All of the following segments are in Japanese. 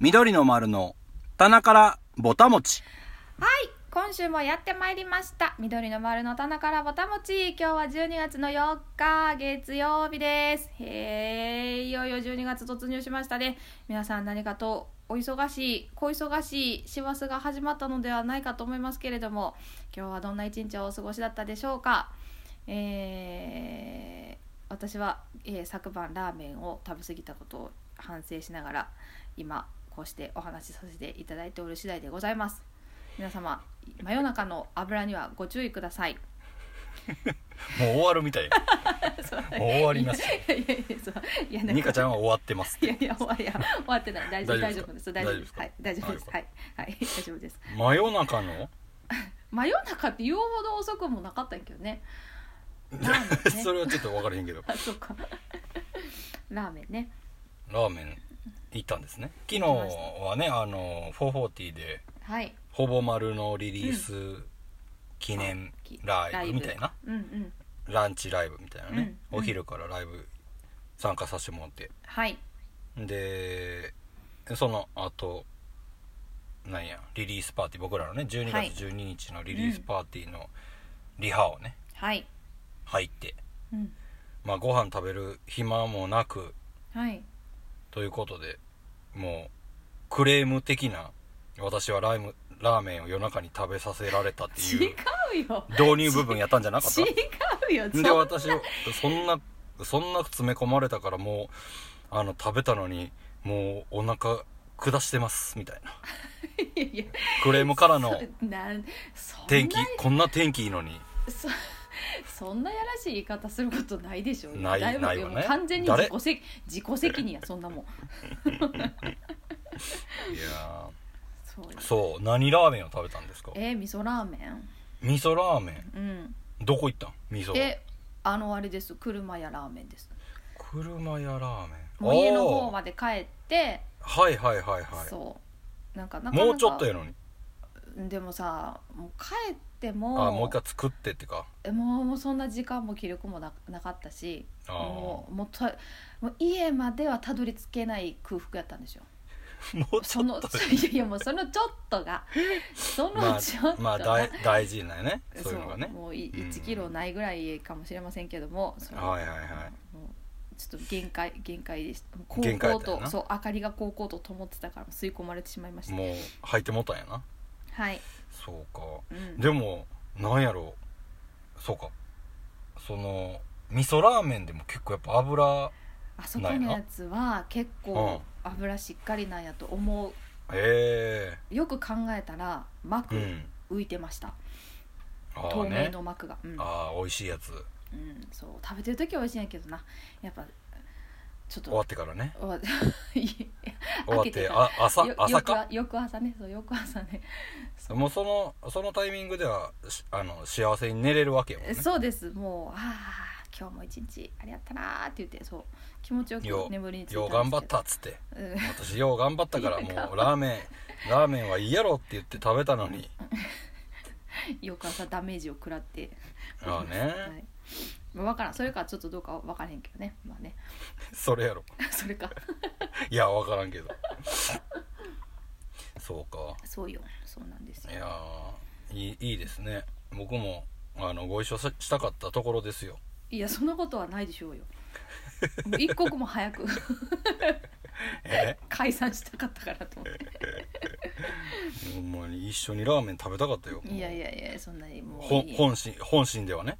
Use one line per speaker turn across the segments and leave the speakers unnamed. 緑の丸の棚からぼたもち。
はい今週もやってまいりました緑の丸の棚からぼたもち今日は12月の4日月曜日ですへえいよいよ12月突入しましたね皆さん何かとお忙しい小忙しい師走が始まったのではないかと思いますけれども今日はどんな一日をお過ごしだったでしょうかえー私は、えー昨晩ラーメンを食べ過ぎたことを反省しながら今こうしてお話しさせていただいておる次第でございます皆様真夜中の油にはご注意ください
もう終わるみたい。もう終わります
いやいやいやそうい やなん
ニカちゃんは終わってます
い。やいや終わりや終わってない大丈夫大
大
丈
丈
夫
夫
で
ですす
大
か
丈夫ですはい
大
大丈
丈夫
夫で
ですす
はいはい大丈夫です
真夜中の
真夜中って言うほど遅くもなかったんやけどねラーメン ね
それはちょっと分からへんけど、
あそうかラーメンね
ラーメン行ったんですね。昨日はね、あの、440で、
はい
ほぼ丸のリリース記念ライブみたいな、
うんうん
ランチライブみたいなね、
うんうん
お昼からライブ参加させてもらって。
はい
でその後なんやリリースパーティー僕らのね12
はい
月12日のリリースパーティーのリハをね、
はい
入って
うん
まあご飯食べる暇もなく
はい
ということでもうクレーム的な私はライムラーメンを夜中に食べさせられたっていう
違うよ
導入部分やったんじゃなかった
違うよ
で
そう
私そんなそんな詰め込まれたからもうあの食べたのにもうお腹下してますみたいない
やいや
クレームからの
そなんそんな
天気こんな天気いいのに
そそんなやらしい言い方することないでしょ
ない
だぶ
ないわね
もう完全に
誰
自己責自己責任やそんなもん
いや
そうよ
ーそう何ラーメンを食べたんですか
えー、味噌ラーメン
味噌ラーメ
うん
ンどこ行ったん味噌
えあのあれです車屋ラーメンです
車屋ラーメン
もう家の方
あ
まで帰って、
ーはいはいはいは
そうなんかなか
い
なか
もうちょっとやのに
でもさもう帰っても
あーもう一回作ってってか
もうもうそんな時間も気力もななかったし
あー
もうもうともう家まではたどり着けない空腹やったんですよ
もうち
そ
ょ
の
っと
そいやいやもうそのちょっとがそ
ま
のちょっとが、
あまあ大大事なねそういうのがね
もうい
うん
1キロないぐらいかもしれませんけども、それ
はいはいはい
もうちょっと限界限界でした高
限界や
校
ったよ
と
な
そう明かりが高校と灯ってたから吸い込まれてしまいました
もう履いてもたんやな
はい、
そうか
うん、
でもなんやろうそうかその味噌ラーメンでも結構やっぱ油
あそこのやつは結構油しっかりなんやと思う
え
よく考えたら
え
膜
うん
浮いてました、
ああ
透明
ね
の膜が、うん
ああ美味しいやつ
うん、そう食べてる時は美味しいんやけどなやっぱちょっと
終わってからね
わ いや
終わっ
開けて
て
から
あ朝
よ
朝か
翌翌朝ねそう翌朝ね
もうそのそのタイミングではしあの幸せに寝れるわけやもんね
そうですもうああ今日も一日あれやったなーって言ってそう気持ちよく
よ
眠りについたん
よ
ですけど
う頑張ったっつって
うん
私よう頑張ったからもうラーメンラーメンはいいやろって言って食べたの に
翌朝ダメージを食らって
ああね
はいまあ、分からんそれかちょっとどうかは分からへんけどねまあね
それやろ
それか
いや分からんけど そうか
そうよそうなんですよ
いやーいいいいですね僕もあのご一緒さしたかったところですよ
いやそんなことはないでしょ うよもう一刻も早く
え
解散したかったからと思って
ほんまに一緒にラーメン食べたかったよ
いやいやいやそんなにもう
ほん
いい
本心本心ではね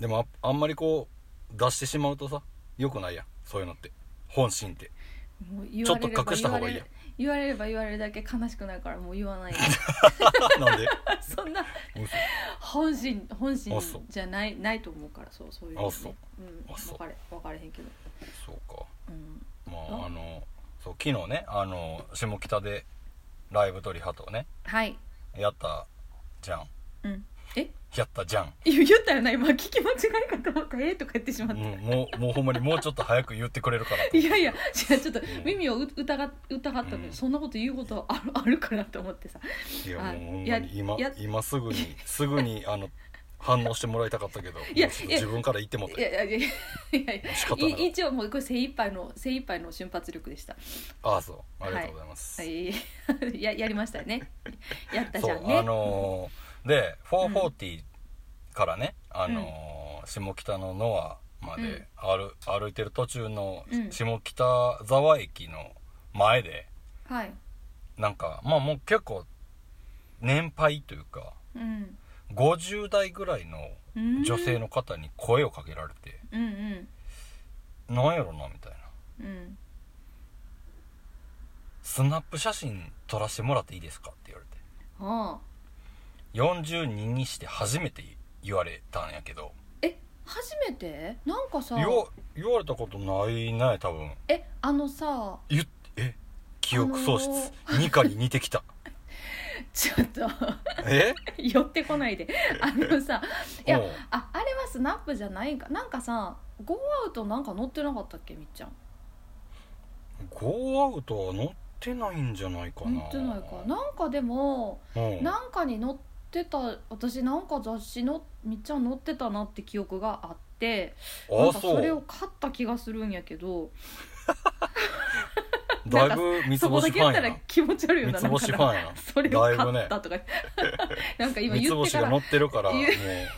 でもああんまりこう出してしまうとさよくないやんそういうのって本心って
もう言われれば
ちょっと隠した方がいいや
言われれば言われるだけ悲しくなるからもう 言わない
なんで
そんな
嘘
本心本心
あそう
じゃないないと思うからそうそういうのね
あそうんあそう
分かれ分かれへんけど
そうか
うん
ま
うん
ああのそう昨日ねあの下北でライブ鳥鳩をね
はい
やったじゃん
うんえ
やったじゃん、
言言ったよな今聞き間違いかと思ったえーとか言ってし
う
ま
ん
った、、
もうもうほんまにもうちょっと早く言ってくれるから
いやいや違うちょっと耳をう疑っ疑ったのに、
うん
そんなこと言うこと あ るあるかなと思ってさ
いや
あ
もうほん
いや
まに今
や
今すぐにすぐにあの反応してもらいたかったけど
いや
もうちょっと自分から言ってもっ
い
て
やいやいやいやい
仕方
や
ない
い一応もうこれ精一杯の精一杯の瞬発力でした
ああそうありがとうございます、
はい ややりました よねやったじ
そ
ゃ
うん
ね
あのーで440からね、あのー下北のノアま
うん
で歩,、歩いてる途中の
うん
下北沢駅の前で
はい
なんかまあもう結構年配というか
うん
50代ぐらいの
うん
女性の方に声をかけられて
うんう
「
ん
なんやろな」みたいな
うん
「スナップ写真撮らせてもらっていいですか?」って言われて
ああ
42にして初めて言われたんやけど
え初めてなんかさ
言わ言われたことないね多分
えあのさ
言っえ記憶喪失、
あの
ニカに似てき た
ちょっと
え
寄ってこないであのさいや
おう
ああれはスナップじゃないんかなんかさゴーアウトなんか乗ってなかったっけみっちゃん
ゴーアウトは乗ってないんじゃないかな
乗ってないかなんかでも、
うん
なんかに乗ってた私なんか雑誌のみっちゃん乗ってたなって記憶があってなん
あ
か
そ
それを
う
買った気がするんやけど
だいぶ三つ
そこ
星
だ
フ
けや
ァ
っ
ン
た
や
ら
な
気持ち悪いよな
三つ星
な
フ
ん
ァ
かな
ンや
それを買
だいぶね
った とか、なんか
な
今
三つ
言って
星
か
が乗
ら
ってるからもう
言
ね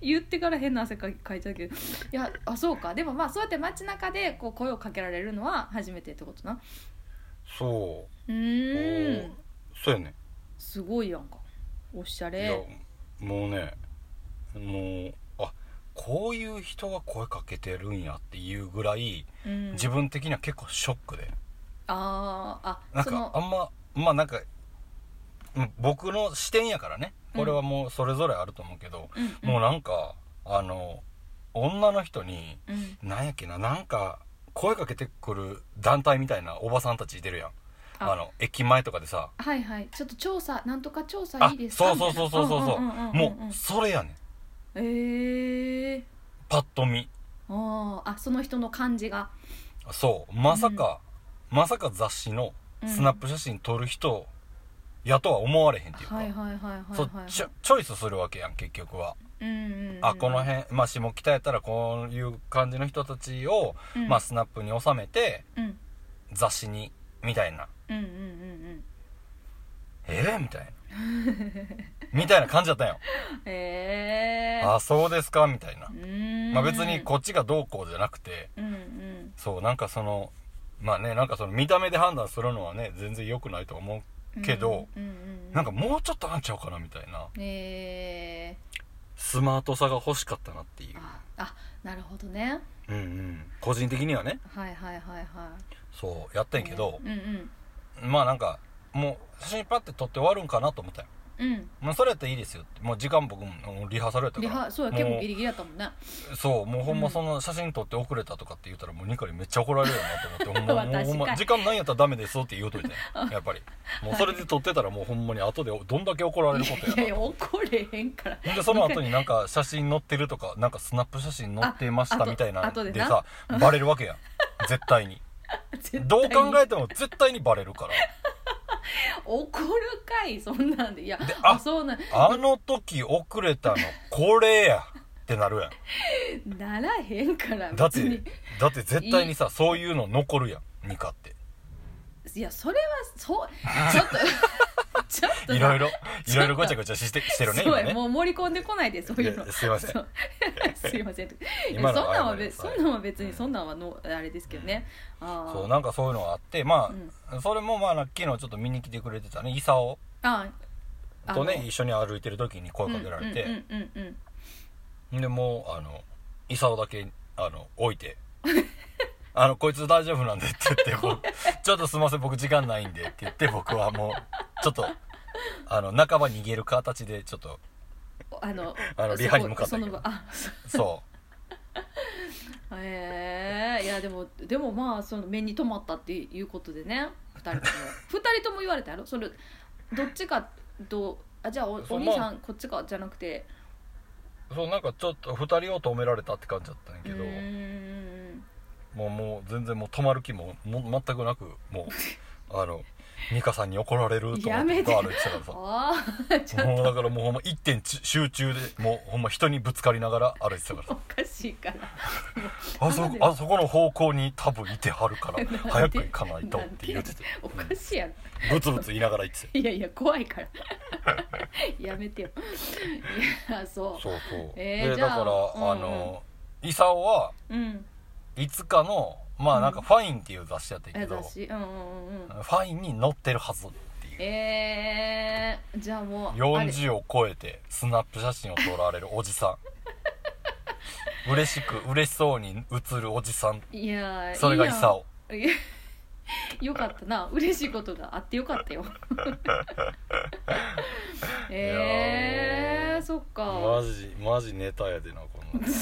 言ってから変な汗かいかいちゃうけどいやあそうかでもまあそうやって街中でこう声をかけられるのは初めてってことな
そうう
ー
お
ん
ーそうやね、
すごいやんかおしゃれ
いやもうねもうあこういう人が声かけてるんやっていうぐらい、
うん
自分的には結構ショックで
あー
な
あ
ん
そ
か
の
あんままあなんかうん僕の視点やからねこれはもうそれぞれあると思うけど、
うん
もうなんかあの女の人に
うん
なんやっけななんか声かけてくる団体みたいなおばさんたちいてるやんあ
あ
の駅前とかでさ
はいはいちょっと調査なんとか調査
あ
いいです
そ
か
うそうそうそうそうそう,、もうそれやねん
うええ
パッと見
あーあその人の感じが
そうまさか、まさか雑誌のスナップ写真撮る人やとは思われへんっていうか、
はいはいはいはい
そう
はい
ちょチョイスするわけやん結局は
うんうんうん
あこの辺、まあ、下北やったらこういう感じの人たちを、
うん
まあ、スナップに収めて
うん
雑誌にみたいな
うんうんうん
えー、みたいな みたいな感じだったんよ
うんええ
あそうですかみたいな
う、ーん
まあ、別にこっちがどうこうじゃなくて
うんうん
そうなんかそのまあねなんかその見た目で判断するのはね全然良くないと思
うん
けど
うんうんう
うなんかもうちょっとあんちゃうかなみたいな
ええ
スマートさが欲しかったなっていう
ああなるほどね
うんうん個人的にはね
はいはいはいはい
そうやったんやけど
う、んうん
まあなんかもう写真パッて撮って終わるんかなと思ったよ
うん
まあ、それやったらいいですよってもう時間僕もリハーサルやったか
リ
ら
ハそうや
もう
結構ギリギリやったもんね
そうもうほんまその写真撮って遅れたとかって言ったらもうニカリめっちゃ怒られるよなと思ってほんまもう
確か
ほ
に
んま時間ないんやったらダメですよって言うといてやっぱりもうそれで撮ってたらもうほんまに後でどんだけ怒られることや
いや
な
いや怒れへんから
ほんでその後になんか写真載ってるとかなんかスナップ写真載ってまし
ああ
た
と
みたいな
後
ん
で
で
な
さバレるわけやん絶対 にどう考えても絶対にバレるから
怒るかいそんなんでいや
で
あ
あ
そうなん
あの時遅れたのこれやってなるやん
ならへんから
だって
別に
だって絶対にさそういうの残るやんニカって
いやそれはそうちょっと ちょっと
い
い
ろいろ
と
いろいろごちゃごちゃしてしてるね
そう
今
や、
ね
もう盛り込んでこないでそういうの
いやすいません
そう すいませんいや
今の
そんなんは
謝れ
別そ
はい
んなんは別に
うん
そんなんはのあれですけどね、ああ
そうなんかそういうのがあってま
うん
あそれもまあ昨日ちょっと見に来てくれてたねイサオ
ああ
と
の
ね一緒に歩いてる時に声かけられて
うんうんうんうん
でもうあのイサオだけあの置いて あのこいつ大丈夫なんでって 言ってもうちょっとすいません僕時間ないんでって言って僕はもうちょっとあの半ば逃げる形でちょっと
あの
あのリハに向かった
そ
ん
こ
や
そ
けど
の場あそ
そう
へえいやでもでもまあその目に留まったっていうことでね2人とも 二人とも言われたやろそれどっちかとあじゃあお
そう
お兄さんこっちかじゃなくて
そうなんかちょっと2人を止められたって感じだったんや
う
け
ー
ど
ん
もうもう全然もう止まる気もも全くなくもうあの美香さんに怒られると思
や
っ
め
て
て
ガール言ってたからさ
ああちょっ
もうだからもうほんま一点ち集中でもうほんま人にぶつかりながら歩いてたから
とお
さ
かしいから
あ そこ あそこの方向に多分いてはるか
な
ら
ん で
早く行かないとって言ってて
おかしいやろ
ブツブツ言いながら行 ってて
いやいや怖いからやめてよいやそう
そうそう、
えー
で
じゃ
だ
あ
から、
うんうん
あのイサオは
うん
いつかのまあなんか「ファイン」っていう雑誌やったんやけど、
優しいうんうんうんうん
ファインに乗ってるはずっていう
えー、じゃあもうあれ
40を超えてスナップ写真を撮られるおじさん 嬉しく嬉しそうに写るおじさん
いやー
それがイサオ
いいやん いやよかったな嬉しいことがあってよかっ たよえ
いや
ー、
ー
そっ
マ
か
ジマジネタやでなこ んなんい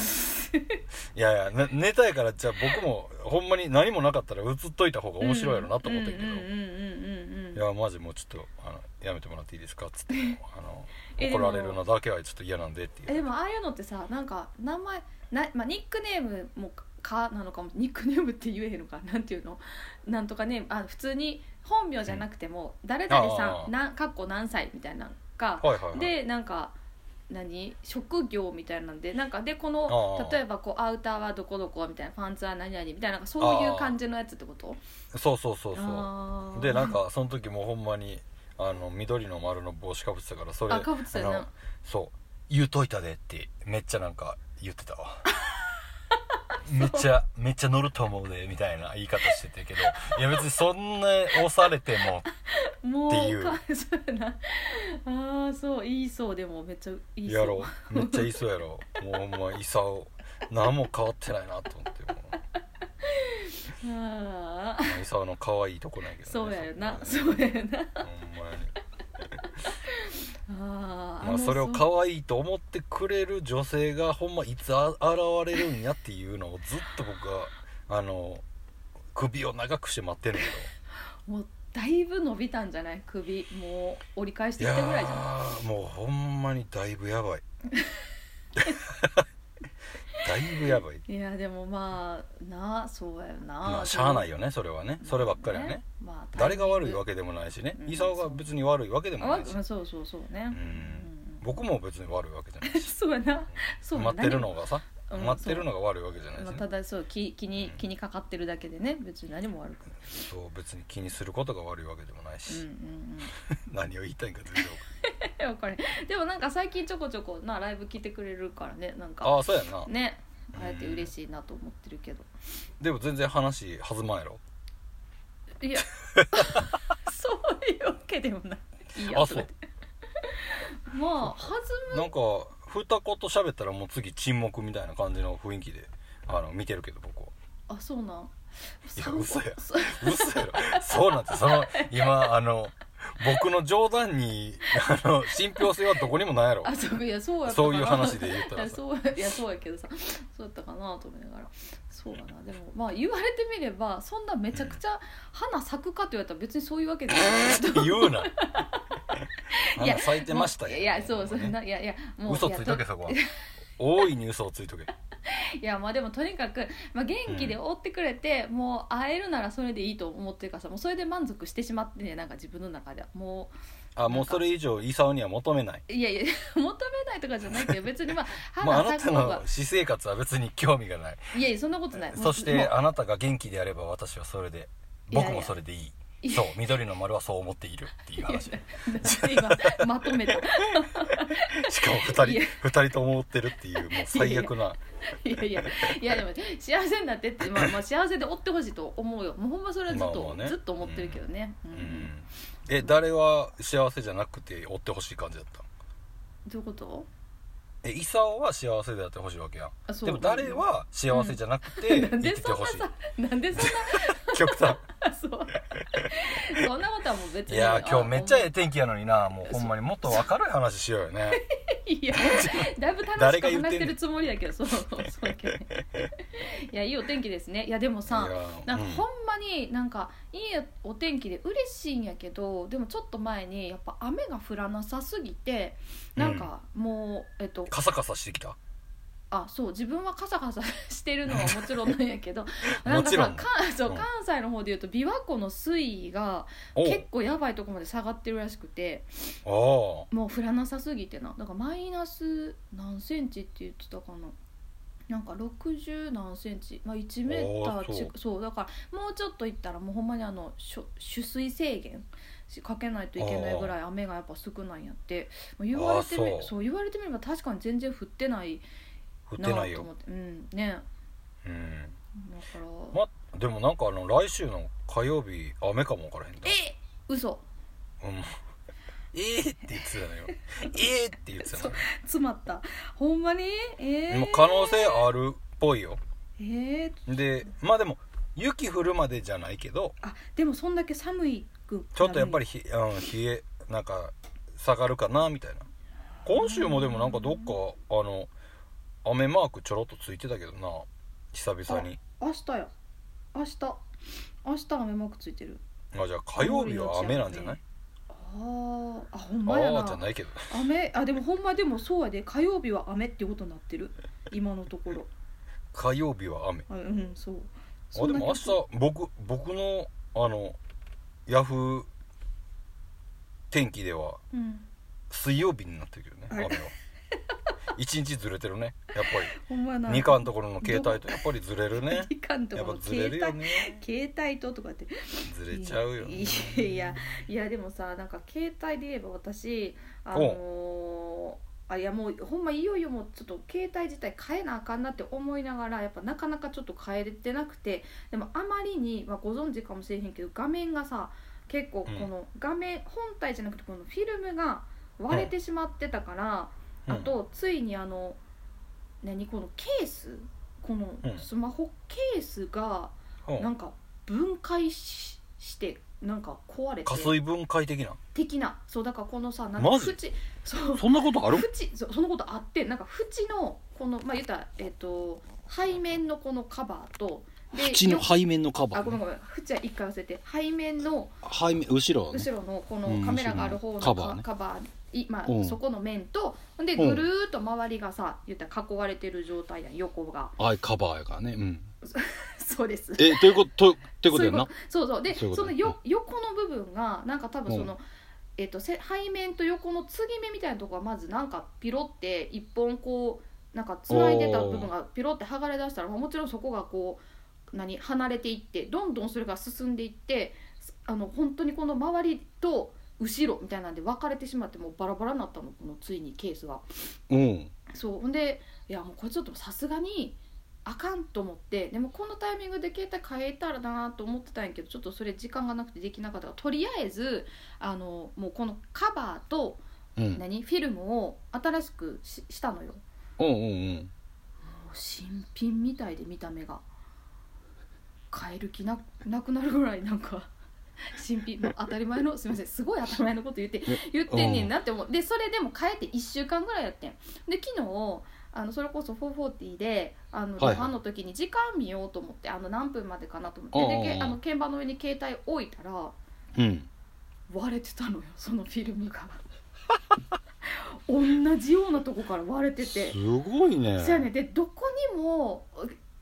やいや、ね、ネタやからじゃあ僕もほんまに何もなかったら写っといた方が面白いやろなと思ったけど、
うんうんうんうんうんう
い
ん
やマジもうちょっとあのやめてもらっていいですかっつってあの
えで
怒
も
られるのだけはちょっと嫌なんでって
え
いう
でもああいうのってさなんか名前な、まあ、ニックネームもかなのかもニックネームって言えへんのか なんていうのなんとかネームあ普通に本名じゃなくても誰々さ
あ
ん
ー
なんかっこ何歳みたいなのが、
はいはいはい
でなんか何職業みたいなんでなんかでこ
あ
の
ー
例えばこうアウターはどこどこみたいなパンツは何々みたいななんかそういう感じのやつってこと
そうそうそうそ
あ
う
ー
でなんかその時もうほんまにあの緑の丸の帽子かぶってたからそれ
あかぶってたよな
あのそう言うといたでってめっちゃなんか言ってた わめっちゃめっちゃ乗ると思うでみたいな言い方してたけどいや別にそんな押されても
もう
っていう
かそうやなああそういいそうでもめっちゃいいそう
やろうめっちゃいそうやろもうほんまいさお何も変わってないなと思ってもう
ああ
まあ伊沢の可愛いとこなんやけど、ね、
そうやよな
そ
そ
こ
うやよ
は
な
ねほんまに
あー
まあ
の
それを
う
可愛いと思ってくれる女性がほんまいつあ現れるんやっていうのをずっと僕はあの首を長くして待ってるんや
もうだいぶ伸びたんじゃない首もう折り返し
け
て
ど
き
い
たぐらい
や
じゃない
ーもうほんまにだいぶや ばいだいぶやばい
いやでもまあなそうやよな、
まあしゃあない
よ
よねそれはねそればっかりはね、
まあ、
誰が悪いわ
け
けでもないしね
うん
伊沢が別に悪いわけでもないし
そうそうそうね、
う
うんん
僕も別に悪いわけじゃないし
そうやなそう
待ってるのがさ、
うん
待ってるのが悪いわけじゃないし
何も、
ね
まあ、ただそう気気に気にかかってるだけでね別に何も悪くない、
そう別に気にすることが悪いわけでもない
うんう
し、
んうん、
何を言いたいんか全然わ
でもこれでもなんか最近ちょこちょこなライブ来てくれるからねなん
かんないあ
か
あそうやんな、
ねあえて嬉しいなと思ってるけど
でも全然話弾まんやろ
いや そういうわけでもないいいや
あ
そ
そう
れでまあ弾む
なんか二言喋ったらもう次沈黙みたいな感じの雰囲気であの見てるけど僕は
あそうなん
いや
散歩
嘘や
そう
嘘やろそうなんてその今あの僕の冗談にあの信憑性はどこにもないやろ
あそういやそうやった
そ
かな
ういう話で言ったら
いや
さ
そういやそうやけどさそうやったかなと思いながらそうだなでもまあ言われてみればそんなめちゃくちゃ花咲くかと言われたら別に そういうわ けでもないけど
言うなあん
や
な咲いてましたよ
いやそうそうないやいやもう
嘘ついとけ
や
そこは大いに嘘をついとけ
いやまあでもとにかく、まあ、元気で追ってくれて、もう会えるならそれでいいと思ってるからさもうそれで満足してしまってねなんか自分の中ではも
あもうそれ以上伊沢には求めないう
いやい や求めないとかじゃないけど別にまあ
もうあ
花
な
咲
た
くのが
の私生活は別に興味がない
いやいやそんなことないもう
そし
も
て
う
あなたが元気であれば私はそれで
いやいや
僕もそれでいい
いや
そう緑の丸はそう思っているっていう 話
いや今まとめたい
しかも2人
いや
二人と思ってるっていうもう最悪な
や いやいやでも幸せになってって、まあ、まあ幸せで追ってほしいと思うよもうほんまそれはずっと、
まあまあね
ずっと思ってるけどね、うん
うんえ誰は幸せじゃなくて追ってほしい感じだったの
どういうこと
え伊沢は幸せであってほしいわけやん
あそう
でも誰は幸せじゃなくて
な
生
んで
きて
そん
ほ
な
しい
さなんでそんな
極端
そう。そんなことはもう別に。
いやー今日めっちゃえ
え
え天気やのになもうほんまにもっと明るい話しようよね
いや、だいぶ楽し
誰
く
が言っ
話して
んの
てるつもりやけど、そう、そうやけどね。いや、いいお天気ですね。いや、でもさ
いや、ー
なんか
うん
ほんまになんかいいお天気で嬉しいんやけど、でもちょっと前にやっぱ雨が降らなさすぎて、なんかもう、えっと、
カサカサしてきた
あそう自分はカサカサしてるのはもちろんなんやけどなん
も
か
ちろ
さ
ん
関そう
うん
関西の方でいうと琵琶湖の水位が
お
結構やばいとこまで下がってるらしくて
お
もう降らなさすぎてなだからマイナス何センチって言ってたかななんか60何センチ、まあ、1メータ
あー
ーちそうだからもうちょっと行ったらもうほんまにあのしょ取水制限しかけないといけないぐらい雨がやっぱ少ないんやってもう言われてみ
あー
そ
そうう
言われてみれば確かに全然降ってない
降って
な
ない
ぁと
よ
思ってうんね
うん
だから、
までもなんかあの来週の火曜日雨かもわからへんだ
え嘘
うんえーって言ってたのよえーって言ってたのよ
詰まったほんまにえ
も
ー
う、可能性あるっぽいよ
えー、
でまあでも雪降るまでじゃないけど
あでもそんだけ寒いく
ちょっとやっぱ
り
りひ、うん、冷えなんか下がるかなみたいな今週もでもなんかどっかあの雨マークちょろっとついてたけどな久々に
明日や明日明日雨マークついてる
あじゃあ火曜日は雨なんじゃない
あーあほん
あ
まや
あー
な
じゃないけど
雨あでもほんまでもそうやで火曜日は雨ってことになってる今のところ
火曜日は雨
あうんそうそ
あ
ん
で
な
も明日僕僕のあのヤフー天気では
うん
水曜日になってるけどね
あ
雨
れ
は 一日ずれてるねやっ
ほんまや
ぱ
な
り二冠のところの携帯とやっぱりずれるね
二巻と
やっ
か
ぱ
も
ず
携
れる
帯、
よね
携帯ととかって
ずれちゃうよね
いやいやいやでもさなんか携帯で言えば私あのーあいやもうほんまいよいよもうちょっと携帯自体変えなあかんなって思いながらやっぱなかなかちょっと変えれてなくてでもあまりに、まあ、ご存知かもしれへんけど画面がさ結構この画面、本体じゃなくてこのフィルムが割れてしまってたから、
うん
あとついにあの何このケースこの
うん
スマホケースが
うん
なんか分解ししてなんか壊れて
加水分解的な
的なそうだからこのさなんか
マジ
縁そう
そんなことある
縁そそのことあってなんか縁のこのまあ言ったらえっ、と背面のこのカバーとで
縁の
よ
背面のカ
あ
バ
ごめん
ー
ごめん縁は一回忘れて背面の
背面後ろはね
後ろのこの
うん
カメラがある方の
後ろのカバーね
カバーいま
う
あ、
ん
そこの面とほんで
うん
ぐるーっと周りがさ言ったら囲われてる状態やん横が
はいカバーやからねうん
そうです
えということとということやな
そうそうで
そういう
そ
こと
のよ横の部分がなんか多分その、
う
えっとせ背面と横の継ぎ目みたいなとこがまずなんかピロって一本こうなんか繋いでた部分がピロって剥がれ出したらまあもちろんそこがこう何離れていってどんどんそれが進んでいってすあの本当にこの周りと後ろみたいなんで分かれてしまってもうバラバラになったのこのついにケースが。
うん
そうほんでいやもうこれちょっとさすがにあかんと思ってでもこのタイミングで携帯変えたらなと思ってたんやけどちょっとそれ時間がなくてできなかったからとりあえずあのもうこのカバーと
うん
何フィルムを新しくししたのよも
うんうんうん
う新品みたいで見た目が変える気ななくなるぐらいなんか 新品もう当たり前のすみませんすごい当たり前のこと言って言ってんねんなって思うでそれでも変えて1週間ぐらいやってんで昨日あのそれこそ440であの
はいはい
ファンの時に時間見ようと思ってあの何分までかなと思
うん
っ
う
て
んうん
でけあの鍵盤の上に携帯置いたら
うん
割れてたのよそのフィルム が同じようなとこから割れてて
すごいね
そうやねでどこにも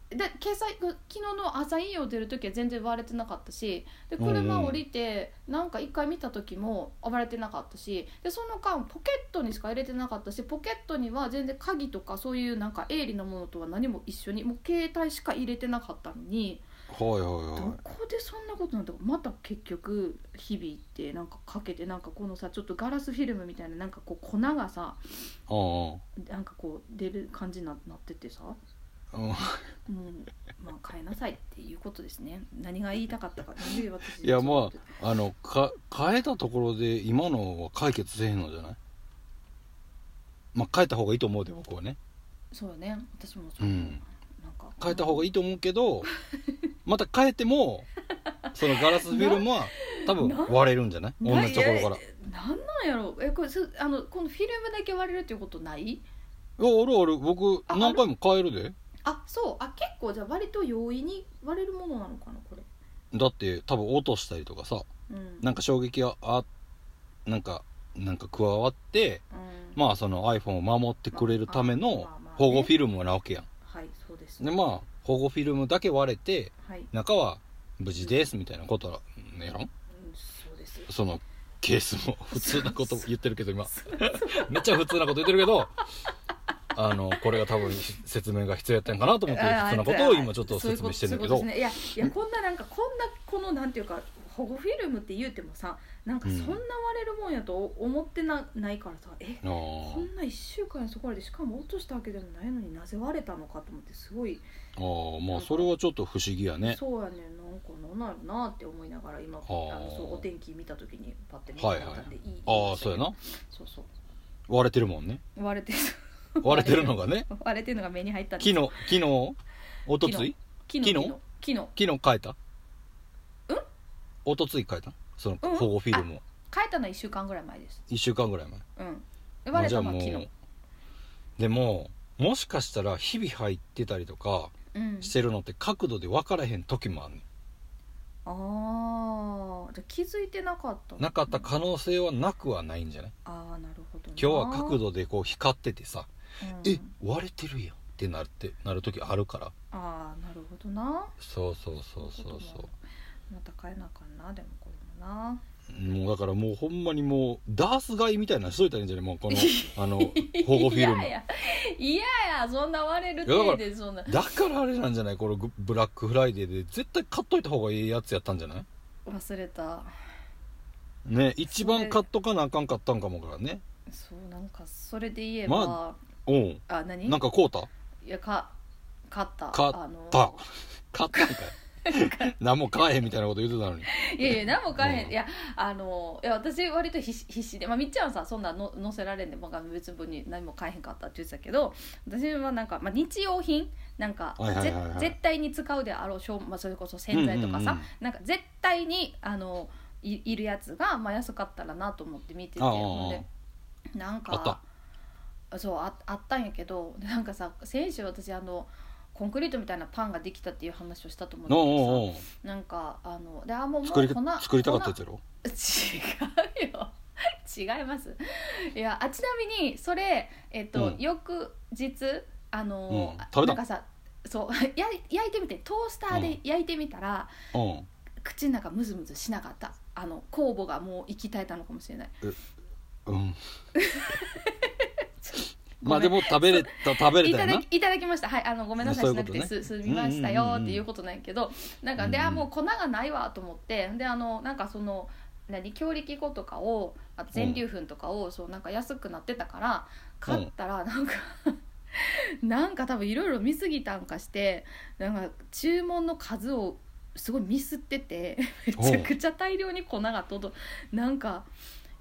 で掲載昨日の朝引用出る時は全然割れてなかったしで車降りてなんか一回見た時も割れてなかったしでその間ポケットにしか入れてなかったしポケットには全然鍵とかそういうなんか鋭利なものとは何も一緒にもう携帯しか入れてなかったのに
はいはいはい
どこでそんなことなんだろうまた結局日々ってなんかかけてなんかこのさちょっとガラスフィルムみたいななんかこう粉がさ
う
なんかこう出る感じにななっててさ。
んうんうん
うん、まあ変えなさいっていうことですね。何が言いたかったか。なんで私
いやまああのか変えたところで今のは解決せえへんのじゃないまあ変えた方がいいと思うで僕はね
そうよね。私もそう。
うん
なんか
変えた方がいいと思うけ どまた変えてもそのガラスフィルムは多分割れるんじゃない同
な
じところから
いやなんなんやろう。えこれすあのこのフィルムだけ割れるっていうことない？
いやあるある僕
あ
何回も変えるで
あそう。あ結構じゃあ割と容易に割れるものなのかなこれ。
だって多分落としたりとかさ
うん。
なんか衝撃があなんかなんか加わって
うん
まあその iPhone を守ってくれるため
ま
の
あまあま
保護フ
ィ
ィルムなわけやん
はいそうです
でまあ保護フィルムだけ割れて
はい、うん
中は無事ですみたいなことやろ
そうです
そのケースも 普通なこと言ってるけど今
そ
めっちゃ普通なこと言ってるけどあのこれが多分説明が必要やったんかなと思って
あ
普通なことを今ちょっと説明してるんだけど
そういうことそういうことですねいやいやこんななんかこんなこのなんていうか保護フィルムって言うてもさなんかそんな割れるもんやと思ってなないからさえ
あ
こんな1週間やそこらでしかも落としたわけでもないのになぜ割れたのかと思ってすごい、
あーまあそれはちょっと不思議やね
そうやねんなんかなんなるなって思いながら今あ
ー
のそうお天気見た時にパッて見たんで、
はいはい
いい
ああそうやな
そうそう
割れてるもんね
割れてる
割れてるのがね
割れてるのが目に入ったんです
昨日昨日一昨日昨
昨
日
昨日昨
昨日変えた
ん
一昨日変えたその
うん
保護フィルムを
日帰ったのは1週間ぐらい前です
1週間ぐらい前
うんで
ま
割
あ
れ
じゃ
た
あ
の
も
は昨日、
うでももしかしたら日々入ってたりとか
うん
してるのって角度で分からへん時もあるね
ああじゃあ気づいてなかったの
んなかった可能性はなくはないんじゃない
ああなるほど
今日は角
度、
度でこう光っててさ
う
「
ん
え割れてるやん」ってなるってなる時あるから
ああなるほどな
そうそうそうそうそう
また変えなあかんなでもこれもな
もうだからもうほんまにもうダース買いみたいなのしといたらいいんじゃないも うこのあの 保護フィルム
いやいやいやそんな割れる
いやだから
手でそんな
だからあれなんじゃないこのグブラックフライデーで絶対買っといた方がいいやつやったんじゃない
忘れた
ね一番買っとかなあかんかったんかもからね
そうなんかそれで言えば、
おうん
あ何
なんか買うた
いやか勝った
買っ
あの
た買ったんか い何も買えへんみたいなこと言ってたのに
いやいや何も買えへん、
うん
いやあのいや私割と必死必死で、まあ、みっちゃんはさそんなの載せられんで、まあ、別に何も買えへんかったって言ってたけど私はなんか、まあ、日用品なんか、
はいはいはいはい
ぜ絶対に使うであろうしょう、まあ、それこそ洗剤とかさ、
うんうんうん
なんか絶対にあのいいるやつが、まあ、安かったらなと思って見てて
ああああ
ほんでなんか
あった
そうああったんやけどでなんかさ先週私あのコンクリートみたいなパンができたっていう話をしたと思うんだけどさ
おうおうおう
なんかあのであもうもう
作り
粉
作りたかったやつやろ
粉違うよ違いますいやあちなみにそれえっと、
うん
翌日あの、
うん食べた
なんかさそう や焼いてみてトースターで焼いてみたら、
うん
口の中ムズムズしなかったあの酵母がもう息絶えたのかもしれない
うん まあでも食べれた食べれ
い
た
た
よ
だ
な
きいただきましたはいあのごめんなさい
そう
し
いう
な
こ
く
と
て
ね
すすみましたよ
うんうんうん
っていうことなんやけどなんかで
うんうん
あもう粉がないわと思ってであのなんかその何強力粉とかをあと全粒粉とかをそうなんか安くなってたから買ったらなんか なんか多分いろいろ見すぎたんかしてなんか注文の数をすごいミスってて めちゃくちゃ大量に粉がとどなんか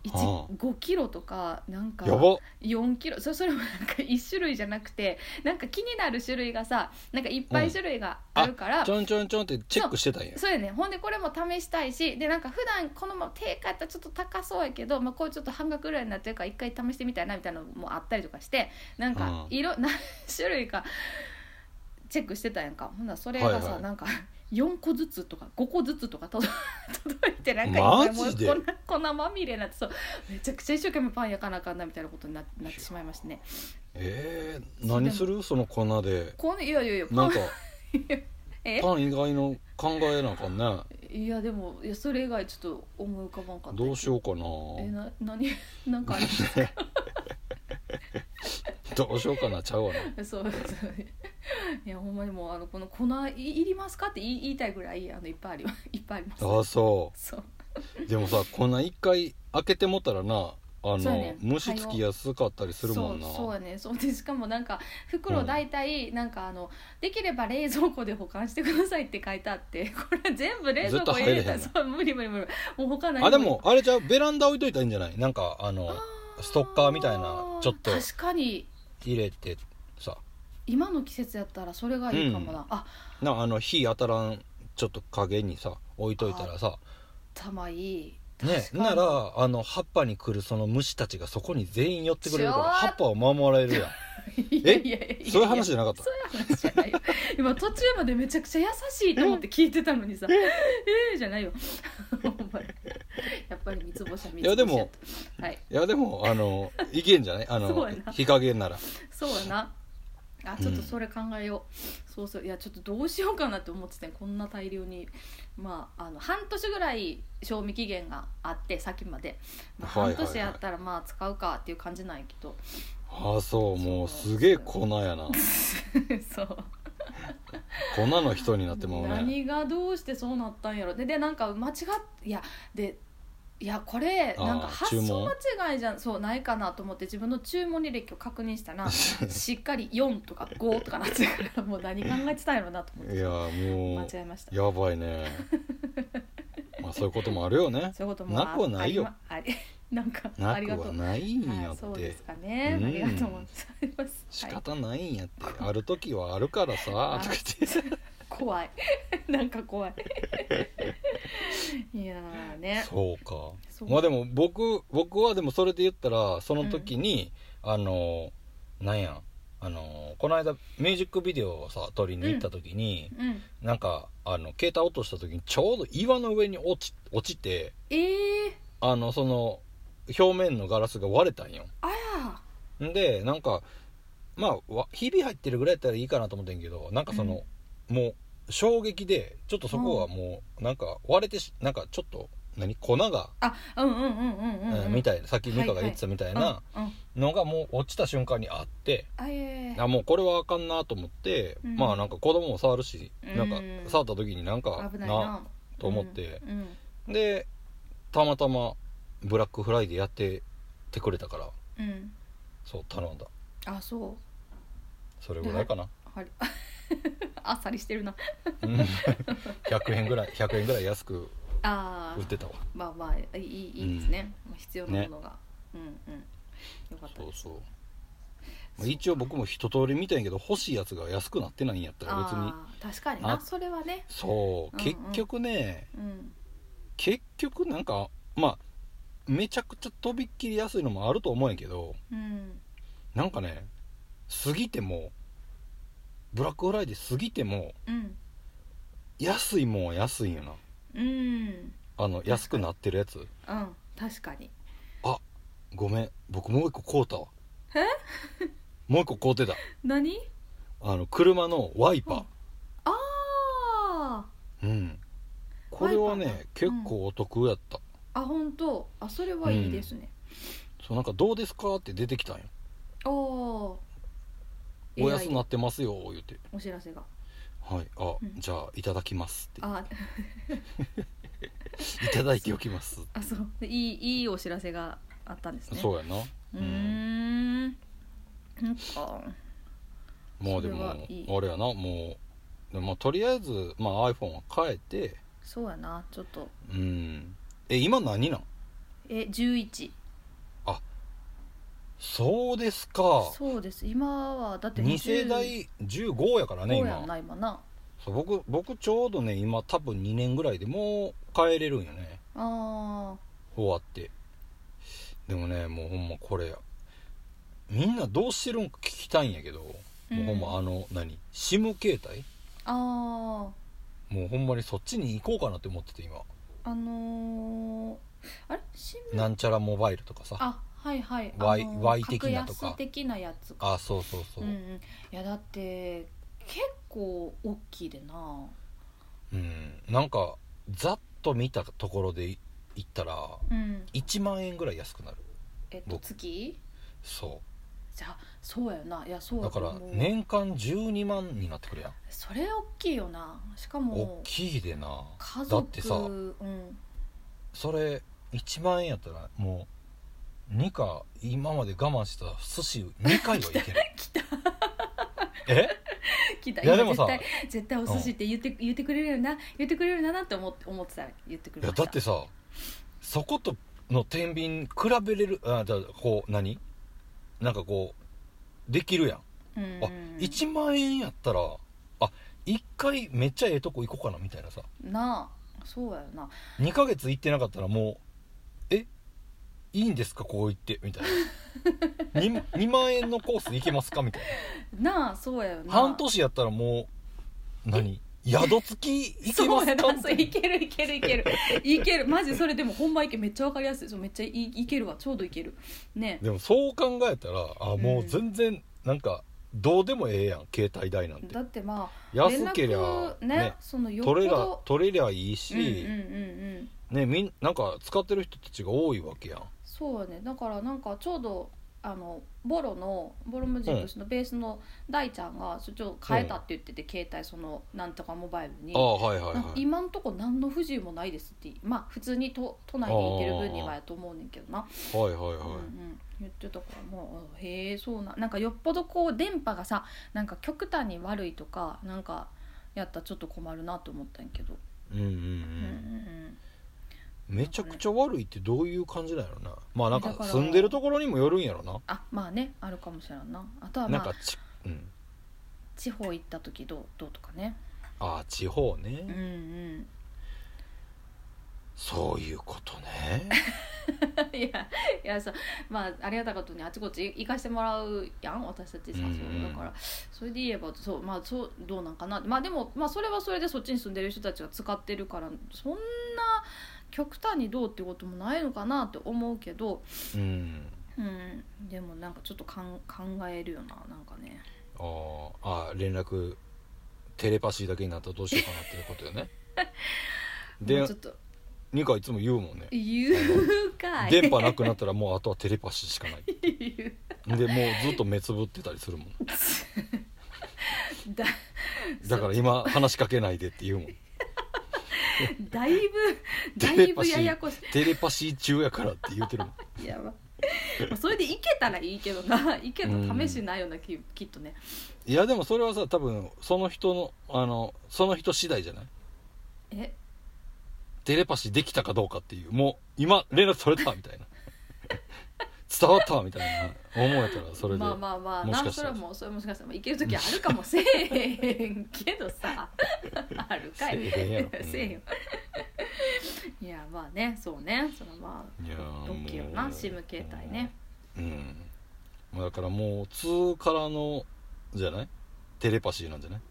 一
はあ
5キロとかなんか
やば
4キロそそれもなんか1種類じゃなくてなんか気になる種類がさなんかいっぱい種類があるから、
ちょんちょんちょんってチェックしてたんや
そうやねほんでこれも試したいしでなんか普段このまま定価やったらちょっと高そうやけど、まあ、これちょっと半額ぐらいになってるから一回試してみたいなみたいなのもあったりとかしてなんか
うん
色、何種類かチェックしてたやんかほんならそれがさ、
はいはい
なんか4個ずつとか5個ずつとか届届いてなんか
マ
いっぱいもう
ジで
粉粉まみれになってそうめちゃくちゃ一生懸命パン焼かなあかんなみたいなことにななってしまいましたね。
ええ
そう
何するその粉で
このいやいやいやパ
なん
ン
か
え
パン以外の考えなんかね
いやでもいやそれ以外ちょっと思い浮かばんかった
どうしようか
え
な
な何 なんかあります
どうしようかなちゃうわな
そう そういやほんまにもうあのこの粉いいりますかって言い言いたいぐらいあのいっぱいありますいっぱいあります
ああそ
そう
うでもさ粉一回開けてもたらなあの、
そうやね
虫つきやすかったりするもんな
そうそうやねそうでしかもなんか袋大体なんかあの、できれば冷蔵庫で保管してくださいって書いてあってこれ全部冷蔵庫入れたら
絶
そう無理無理無理もう他何
あでもあれじゃうベランダ置いといたらいいんじゃないなんかあのストッカーみたいなちょっと
確かに
入れてさ
今の季節やったらそれがいいかもな、あ
なあの火当たらんちょっと影にさ置いといたらさ
頭いい
ね
確かに
ならあの葉っぱに来るその虫たちがそこに全員寄ってくれるから
ちょー
葉っぱを守られるやん
いやいやいやいや
そういう話じゃなかった
そういう話じゃないよ今途中までめちゃくちゃ優しいと思って聞いてたのにさ「ええじゃないよ お前やっぱり三つ星は三
い
つ星
やでも
とはい
いやでもあのいけんじゃないあ
そう
の
やな
日陰なら
そうやなあちょっとそれ考えよう、そうそういやちょっとどうしようかなって思っててこんな大量にまああの半年ぐらい賞味期限があってさっきまで、まあ、
はいはいは
半
い
年やったらまあ使うかっていう感じなんやけど、
ああそうもうすげえ粉やな
そう
粉の人になってもうね
何がどうしてそうなったんやろででなんか間違っいやでいやこれ
あー
なんか発
注
想
文
間違いじゃそうないかなと思って自分の注文履歴を確認した らしっかり4とか5とかなってるからもう何考えてたんやろなと思っ
い
て
やも
間
う
違えました
やばいね まあそういうこともあるよね
そういうことも
なくはないよ
ああり まありなんか
な
ありが
く
と
は
う
ないんや
はい
っ
そうで
て
すかね
うん
ありがとうございます
仕
はい
方ないんやってある時はあるからさと
あ
か言って
怖い なんか怖い いやーね
そうか
そう
まあでも僕僕はでもそれで言ったらその時に、あのなんやあのこの間ミュージックビデオをさ撮りに行った時に、
うん
なんかあの携帯落とした時にちょうど岩の上に落ち落ちて
えー、
あのその表面のガラスが割れたんよ
あら
んでなんかまあわひび入ってるぐらいやったらいいかなと思ってんけどなんかその、もう衝撃でちょっとそこはもうなんか割れてしなんかちょっと何粉が、
あうんうんうんうんうん、
う
うんん、
み
い
たいなさっき美香が言ってたみたいな、
うんうん、
のがもう落ちた瞬間にあって
あいえいえ
あもうこれはあかんなと思って、
うん
まあなんか子供も触るし、
うん
なんか触った時になんか
危ないな
と思って、
うんうん
でたまたまブラックフライでやっててくれたから
うん
そう頼んだ
あそう
それぐらいかな、
はい あっさりしてるな
うん 100円ぐらい100円ぐらい安く
あ
売っ
あ
てたわ
まあまあいいいいですね、必要なものが、うんうんよかった
そう
です
そう、まあ、一応僕も一通り見たんやけど欲しいやつが安くなってないんやったら別に
あー確かにな
あ
それはね
そう、
うんうん
結局ね
うん
結局なんかまあめちゃくちゃとびっきり安いのもあると思うんやけど
うん
なんかね過ぎてもブラックフライデー過ぎても
うん
安いもんは安いんやな
うんうん
あの安くなってるやつ
確かに
ごめん僕もう一個買うたわえ もう一個買うてた
何
あの車のワイパ
ああ
ーうんこれは
ワイ
ね
パー
結
なうん
構お得やった、
あ本当あそれはいいですね、
そうなんか「どうですか?」って出てきたんよ
おお
「お安なってますよ」言って
お知らせが
「はいあ、
うん
じゃあいただきます」って
あ
いただいておきます。
あそうでいいいいお知らせがあったんですねう
そうやな。
ーんなんか
まあで
それ
も
はいい
あれやな、もうでもまあとりあえずまあ iPhone は変えて、
そうやなちょっと
うん。え今何なん？
え11
そうですか。
そうです今はだって
二世代15やからね
ねやん
今。
な今な
そう僕僕ちょうどね今多分2年ぐらいでもう変えれるんよね。
あ
終わって。でもねもうほんまこれみんなどうしてるんか聞きたいんやけど、
ー
もうほんまあの何 SIM 携帯
あ
もうほんまにそっちに行こうかなって思ってて今。
ーあのー、あれ新聞
なんちゃらモバイルとかさ
あはいはい
ワイ
あのー
ワイ的なとか
格安的なやつか
あそうそうそううん
うん、いやだって結構大きいでな
うんなんかざっと見たところでい行ったら
うん
1万円ぐらい安くなる
えっと
僕
月
そ
じゃあそうやよないやそう
う
や
だ
と
から
思う
年間12万になってくるやん
それ大きいよなしか
大
も
きいでな
家族
だってさ
うん、
それ1万円やったらもう2か今まで我慢してた寿司2回はいける
来た
え
聞いた
いやで
今
もさ
絶対絶対お寿司って言って,、言ってくれるよな言ってくれるよなって思って思ってたら言ってく
い
れ
や
ました
だってさそことの天秤比べれるあだからこう何なんかこうできるやん
うんうん
あ1万円やったらあ一回めっちゃええとこ行こうかなみたいなさ
なあそうやよな
2ヶ月行ってなかったらもうえいいんですかこう行ってみたいな 2, 2万円のコース行けますかみたい
なあそうやよ
な
な
半年やったらもう何宿付き行けま
そうや
すか
な
み
そ
た
う
いない
けるいけるいけるいけるマジそれでもほんまいけめっちゃわかりやすいそうめっちゃいいけるわちょうどいけるね
でもそう考えたらあもう全然なんかどうでもええやん携帯代なんて
だってまあ
安けりゃ
連絡ねそのよっぽ
取れら
ど
取れりゃいい
うんうんう
し、
んうん
ねみんなんか使ってる人たちが多いわけやん
そうやねだからなんかちょうどあのボロのボロムジックスのベースの大ちゃんがそれちょっと変えたって言ってて、携帯そのなんとかモバイルに
ああはいはい
なん
は
か
い
今んとこ何の不自由もないですってまあ普通に都都内にいてる分にはやと思うねんけどな、
はいはいはい
うんうん、言ってたからもうへえそうななんかよっぽどこう電波がさなんか極端に悪いとかなんかやったらちょっと困るなと思ったんやけど、
うんうんう
うんうん
ん
うん、
めちゃくちゃ悪いってどういう感じなんやろなまあなん
だ
か
から
住んでるところにもよるんやろな
あまあねあるかもしれんなあとは
な
ま
ん
あ
かち、うん、
地方行った時どうどうとかね
ああ地方
うんう
ね
ん
そういうことね
いやいやそうまあありがたいことにあちこち行かしてもらうやん私たちさ、
うんうん
そうだからそれで言えばそうまあそうどうなんかなまあでも、まあ、それはそれでそっちに住んでる人たちが使ってるからそんな極端にどうってこともないのかなって思うけど、
うん
うん、でもなんかちょっとかん考えるよななんかね
あーあー連絡テレパシーだけになったらどうしようかなっていうことよ ね
も
で
うちょっと
ニカいつも言うもんね
言うかい
電波なくなったらもうあとはテレパシーしかない
言う
でもうずっと目つぶってたりするもん
だ
だから今話しかけないでって言うもん
だいぶだ
テ
い
レ
ぶ
パシー
ややこしい
テレパシー中やからって言うてるもん
やば、まあそれでいけたらいいけどない けた試しないようなききっとね
いやでもそれはさ多分その人のあのその人次第じゃない
え
テレパシーできたかどうかっていうもう今連絡取れたみたいな 伝わったわみたいな思えたらそれで、
まあまあまあ
もし
な
か
そ
した
れ
ら
はもうそれはもしかしたらいける時あるかもせえへんけどさ あるかい
せえへんやろ
せえへんよいやまあねそうねそのまあ
いやー
大きいよな
もう
SIM 携帯ね
うんまあだからもう2からのじゃないテレパシーなんじゃない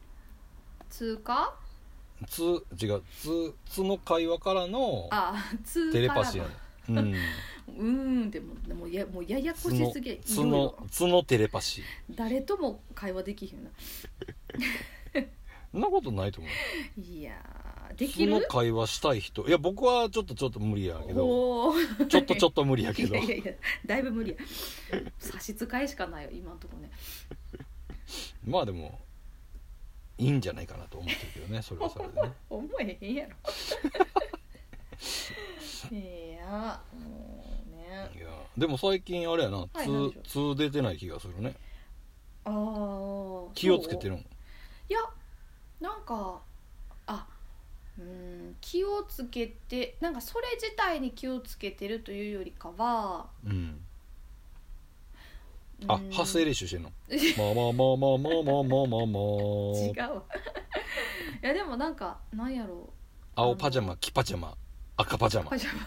通貨
2違う2 2の会話からの
ああ通貨
テレパシーなんじゃないうん
うーんでもでもやもうややこしすぎ
つのつのテレパシー
誰とも会話できへんな
そんなことないと思う
いやーでき
その
る
会話したい人いや僕はちょっとちょっと無理やけど
おー
ちょっとちょっと無理やけど
いやいやいやだいぶ無理や差し支えしかないよ今のとこね
まあでもいいんじゃないかなと思ってるけどねそれはそれ でね
思えへんやろ いやもうね
いやでも最近あれやな
はい何でしょう
2, 2出てない気がするね
あー
気をつけて
そ
る
う
もん
いやなんかあうーん気をつけてなんかそれ自体に気をつけてるというよりかは
うん
う
あ
ーん
発声練習してん のまあまあまあまあまあまあまあま
違
あ
うわ いやでもなんかなんやろ
青パジャマ黄パジャマ赤パジャ
う
マ
パジャマ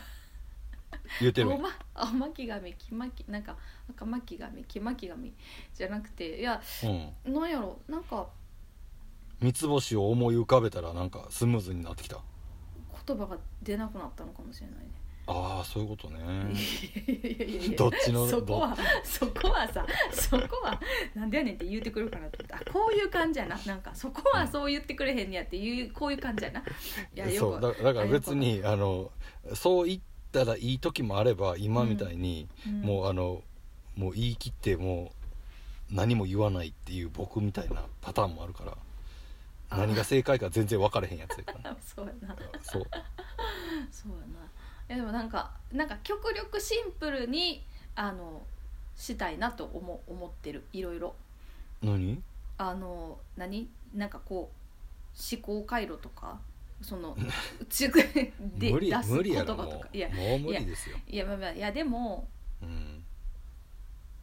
言うてるや
青
ん
ま 青巻紙黄巻なんか赤巻紙黄巻紙じゃなくていや
うん
なんやろなんか
三つ星を思い浮かべたらなんかスムーズになってきた
言葉が出なくなったのかもしれないね。
ああそういうことね
いやいやいやい や
どっちの
そこ
ど
はそこはさそこはなんでやねんって言うてくるかなと思ってあこういう感じやななんかそこはそう言ってくれへんねやっていうこういう感じやないやよ
そう
く
だだから別にあのそう言ったらいい時もあれば今みたいに、
うん
もうあのもう言い切ってもう何も言わないっていう僕みたいなパターンもあるから
あ
何が正解か全然分かれへんやつやから
あ そうやな
そう
そうやないやでもなんかなんか極力シンプルにあのしたいなと思思ってるいろいろ
何
あの何なんかこう思考回路とかそ のちゅで
無理
出す
無理
言
や
葉
ろ
と
も
か
う
いや
もう無理ですよ、
いやまあまあいやでも
うん、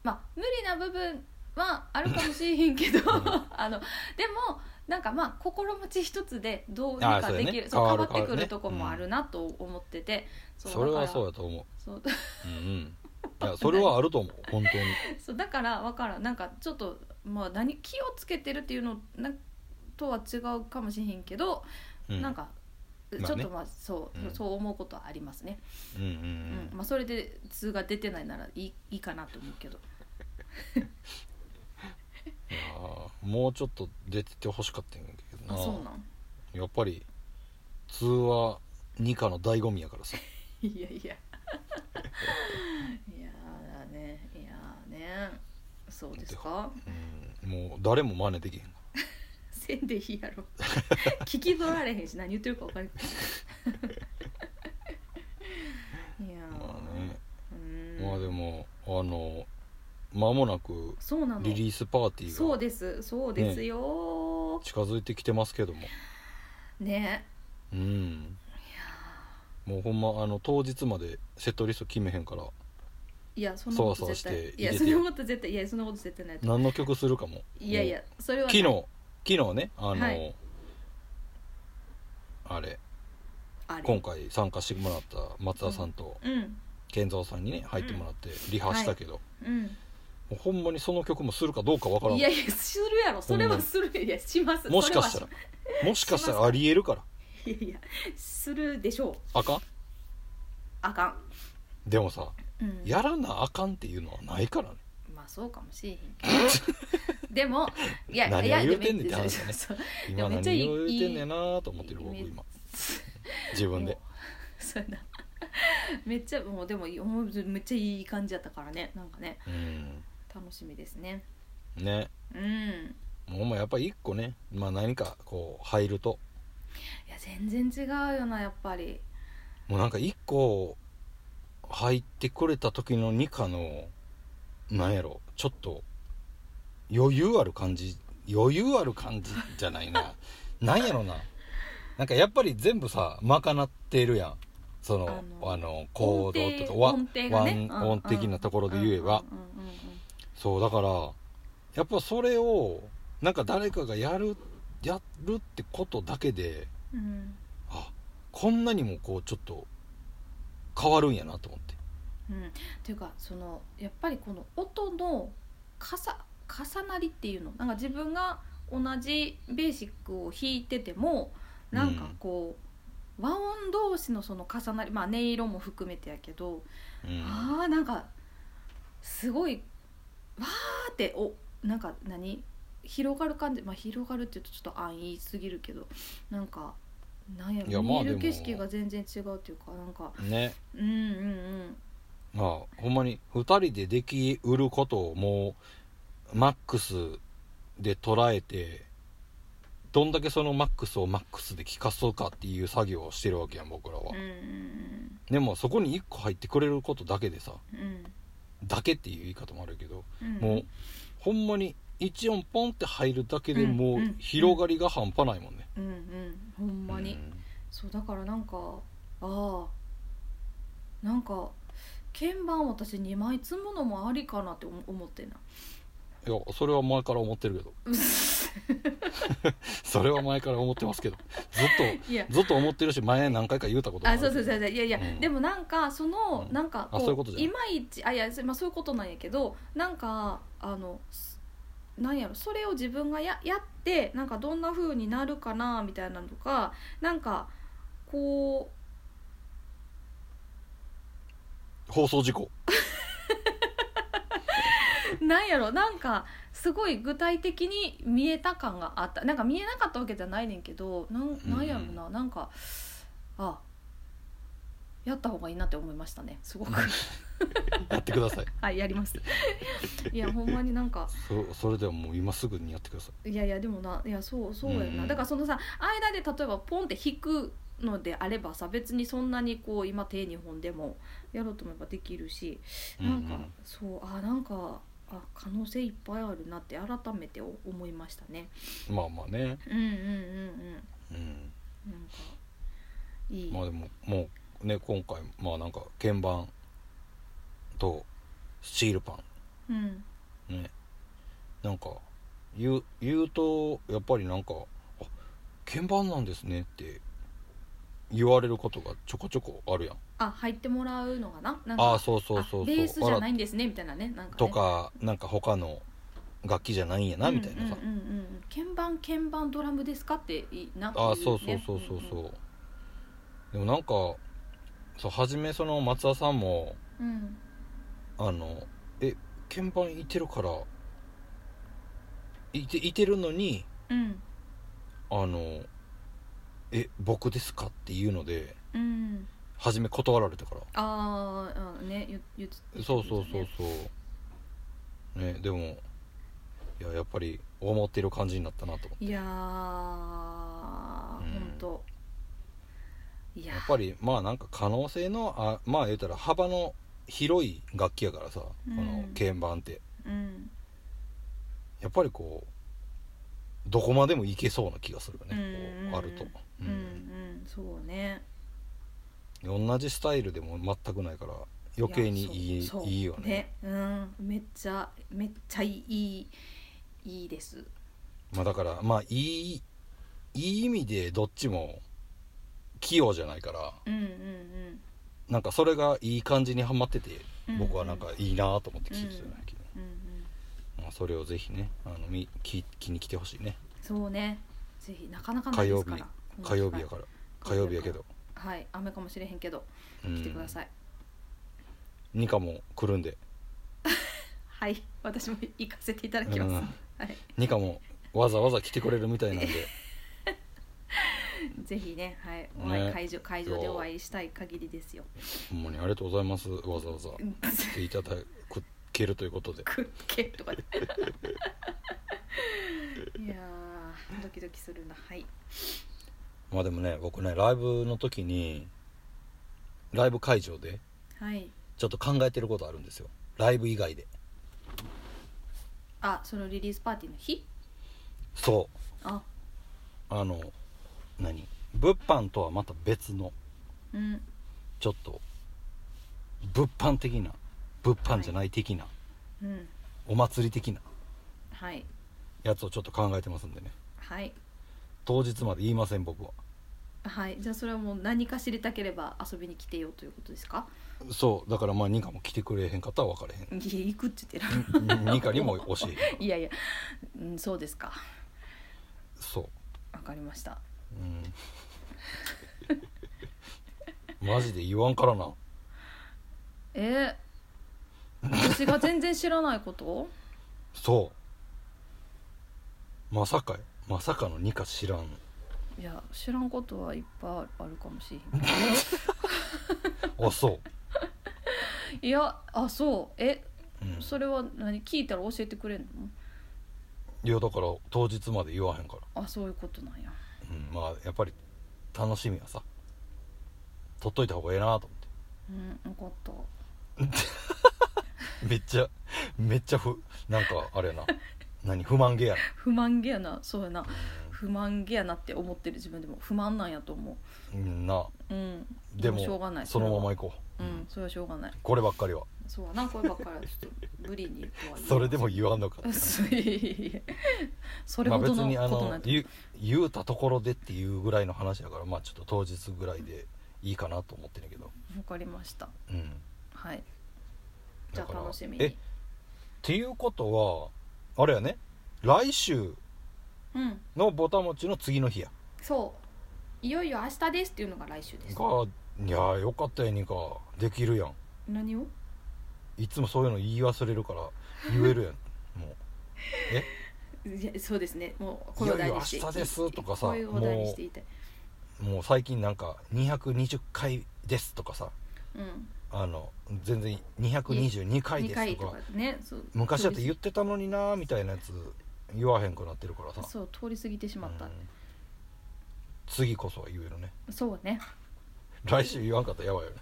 まあ無理な部分はあるかもしれへんけど あのでもなんかまあ心持ち一つでどうに
あー
か
そうや
で
ね
きるそう
変わ
変
る
わって
変
く
わるね
るとこもあるなと思ってて、
それはそう
だ
やと思う
そう
うんうんいやそれはあると思う本当に
そうだからわからんなんかちょっとまあ何気をつけてるっていうのなとは違うかもしれへんけど、
うん
なんかち
あ
ょ
ね
っとまあそう、
うん
そう思うことはありますね、
うんうん
う
う
ん
ん
まあ、それで通が出てないならいいいいかなと思うけど
うーもうちょっと出ててほしかったんやけど
あ
な
そうなん
やっぱり通話二課の醍醐味やからさ
いやい やいやーだねいやーねそうですか
うんもう誰も真似できへん
せんでいいやろ 聞き取られへんし何言ってるか分からんい やー
まあね
うん
まあでもあの間もなく
そうなの
リリースパーティ
そう
ーが
ですそうですよ
近づいてきてますけども、
ね
うんもうほんまあの当日までセットリスト決めへんから
いやそんなこと絶
そわそわ
対
して
いや
入れ
そ
て
ん
よ
なこと絶対いやそんなこと絶対ないと
何の曲するかも
いやいやそれ
も
は
う
ない
昨日昨日ねあの、
はい
あれ
あれ
今回参加してもらった松田さんと
うん
健三さんにね入ってもらってリハしたけど、
うん
もうほんまにその曲もするかどうかわからん
いやいやするやろそれはするよいやします
もしかしたら
そ
もしかしたらありえるから
れはしいやいやするでしょう
あかん
あかん
でもさ
うん
やらなあかんっていうのはないからね
まあそうかもしれへんけどでもいや
何
いや
を言うてんねんって
でも
話だね
そうそういや
今
めっ
何
ちゃいい
を言うてんねんなーと思ってる
いい
僕
イメージ
今自分で
もうそうやなめっちゃもうでもいいもうめっちゃいい感じやったからねなんかね
うん
楽しみですね
ね
うん
もう
い
ほんまやっぱり一個ね、まあ、何かこう入ると
や全然違うよなやっぱり
もうなんか一個入ってくれた時の二課のなんやろちょっと余裕ある感じ余裕ある感じじゃない ななんやろななんかやっぱり全部さ賄ってるやんその
あ
あ
の
の行動とか
音
わ
程
和
がね
音音的なところで言えば、
うんうんうんうんうん
そうだからやっぱそれをなんか誰かがやるやるってことだけで
うん
あこんなにもこうちょっと変わるんやなと思って
うん、っていうかそのやっぱりこの音の重重なりっていうのなんか自分が同じベーシックを弾いててもなんかこう、和音同士のその重なりまあ音色も含めてやけど、
うん
あーなんかすごいわーっておなんか何広がる感じまあ広がるって言うとちょっと安易すぎるけどなんかなんや
いや
ろ
ま
見
あ
え
で
る
も
景色が全然違うっていうかなんか
ね
うんうんうん。
まあほんまに2人でできうることをもうマックスで捉えてどんだけそのマックスをマックスで聞かそうかっていう作業をしてるわけやん僕らは、
うんうん
でもそこに1個入ってくれることだけでさ
うん
だけっていう言い方もあるけど
うん
もうほんまに1音ポンって入るだけでも
うんう
うん広がりが半端ないもんね、
うんうんほんまに、
うん
そうだからなんかああなんか鍵盤私2枚積むのもありかなって思思ってんない
やそれは前から思ってるけどそれは前から思ってますけどずっ
いや
とずっと思ってるし前何回か言うたことも
あ
る
そうそうそうそういやいや、
うん
でもなんかその、
うん
なんか
あそういうことじゃない
いまいちあいや、そまあ、そういうことなんやけどなんかあのすなんやろそれを自分がややってなんかどんな風になるかなみたいなのとかなんかこう
放送事故
なんやろなんかすごい具体的に見えた感があったなんか見えなかったわけじゃないねんけどなん
うん
なんやろななんかあやった方がいいなって思いましたね すごく
やってください
はいやります いやほんまになんか
そそれではもう今すぐにやってくださ
いやいやでもないやそうそうやな、
うんうん
だからそのさ間で例えばポンって引くのであればさ別にそんなにこう今手2本でもやろうと思えばできるし
い
なんか、
うんうん
そうあなんかあ可能性いっぱいあるなって改めて思いましたね。
まあまあね
うんうんう
う
ん
ん
うんなんかいい、
まあでももうね今回まあなんか鍵盤とスチールパン
うん
ねなんか言う言うとやっぱりなんか「あ鍵盤なんですね」って言われることがちょこちょこあるやん
あ入ってもらうのかななんか
ああそうそうそう
あベース
そ
じ
う
ゃ
あ
な
ら
いんですねみたいなねなんか、ね、
とかなんか他の楽器じゃないんやなみたいなさ、
うんうんうんうん、鍵盤鍵盤ドラムですかっていいな
ああそうそうそうそうそう、でもなんかそう初めその松田さんも
うんうん
あのえ鍵盤いてるからいていてるのに
うん
あの「え僕ですか?」っていうので
うん
初め断られたから
あーあね言言って言って
そう
ました
そうそう
ね
そうねでもいややっぱり思ってる感じになったなと
いやー本当いや
やっぱりまあなんか可能性のあまあ言うたら幅の広い楽器やからさ、
うん
この鍵盤って
うん
やっぱりこうどこまでもいけそうな気がするよ
うん
ね、こうあると、
う
うんん
うんそうね
同じスタイルでも全くないから余計にいい
やそうそう
いいよね
うんめっちゃめっちゃいいいいです
まあだからまあいいいい意味でどっちも器用じゃないから
うんうんうん
なんかそれがいい感じにはまってて
うん
僕はなんかいいなと思って聞いてたんだけど、
うんうん
まあ、それをぜひねあのみき気に来てほしいね
そうねぜひなかなかないですから
火曜日やから火曜日やけど、
はい雨かもしれへんけど
うん、
来てください、
ニカも来るんで、
はい私も行かせていただき
う
ます、
ん、
はい
ニカもわざわざ来てくれるみたいなんで
ぜひねはいお会い
ね
会場会場でお会いしたい限りですよ
ほんまにありがとうございますわざわざ来ていただけるということで
クッケとかで いやードキドキするなはい
まあでもね僕ねライブの時にライブ会場で
はい
ちょっと考えてることあるんですよライブ以外で
あそのリリースパーティーの日
そ
あ
うあの何物販とはまた別の
うん
ちょっと物販的な物販じゃない的な、
うん
お祭り的な
はい
やつをちょっと考えてますんでね
はい
当日まで言いません僕は
はいじゃあそれはもう何か知りたければ遊びに来てよということですか
そうだからまあニカも来てくれへんかったら分かれへ
いや行くって言ってる
んニカにも教えへん
いやいや、うん、そうですか
そう
わかりました
うんマジで言わんからな
えー、私が全然知らないこと
そうまさかよまさかのニカ知らん
いや知らんことはいっぱいあるかもしれへん
あそ
いやあそうえ
う、うん、
それは何聞いたら教えてくれんの
いやだから当日まで言わへんから
あそういうことなんや
うん、まあやっぱり楽しみはさ取っといた方がええなと思っ
うん分かった
てめっちゃめっちゃふなんかあれや な何不満げやな
不満げやなそうやな不満げやなって思ってる自分でも不満なんやと思
うんな
ううん
でも
しょうがない
そのまま
行
行こう、
うんそれはしょうがない
こればっかりは
そうやなこればっかりはちょっと無理にとは言えない
それでも言わんのか
そういえいえそれ
まあ
ほ
別
どの
にあ
ことな
の
いと
言う言うたところでっていうぐらいの話だからまあちょっと当日ぐらいでいいかなと思ってんだけど
分かりました
うん
はいじゃあ
だから
楽しみ
えっ
に
ていうことはあれやね来週
うん
のぼたもちの次の日や
そういよいよ明日ですっていうのが来週です
がいやーよかったやにかできるやん
何を
いつもそういうの言い忘れるから言えるやんも
いやそうですねもうこ
い
の
よいよ
題にして
明日ですとかさ
こういうお題にしていたいう
もう最近なん か220回ですとかさ
うん
あの全然222回
二
です
回
と
と
か
かねそう
昔だって言ってたのになーみたいなやつ言わへんくなってるからさ
そう通り過ぎてしまった
うん次こそは言えるね
そうね
来週言わんかったらやばいよね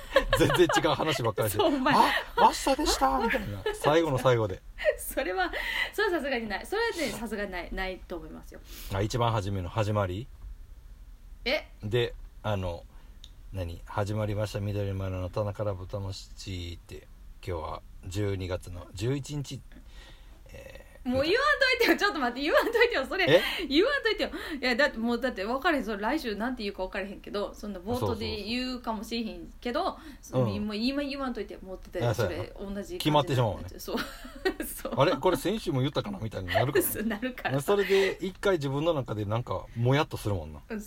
全然違う話ばっかりして
そうお前
あ明日でしたみたいな最後の最後で
それはそれはさすがにないそれはねさすがにないないと思いますよ
あ一番初めの始まり
え
であの何始まりました緑の丸の棚から豚の七って今日は12月の11日
もう言わんといてよちょっと待って言わんといてよそれ
え
言わんといてよいやだってもうだって分かれへんそれ来週なんて言うか分かれへんけどそんな冒
そう
頭
そうそう
で言うかもしれへんけどその
うん
もう今言わんといてもうって
あ
そ
そうやな
れ同じ感じ
決まってしまうわね
そうそう
あれこれ先週も言ったかなみたいになるか
そうなるから ら
それで一回自分の中でなんかもやっとするもんな
うん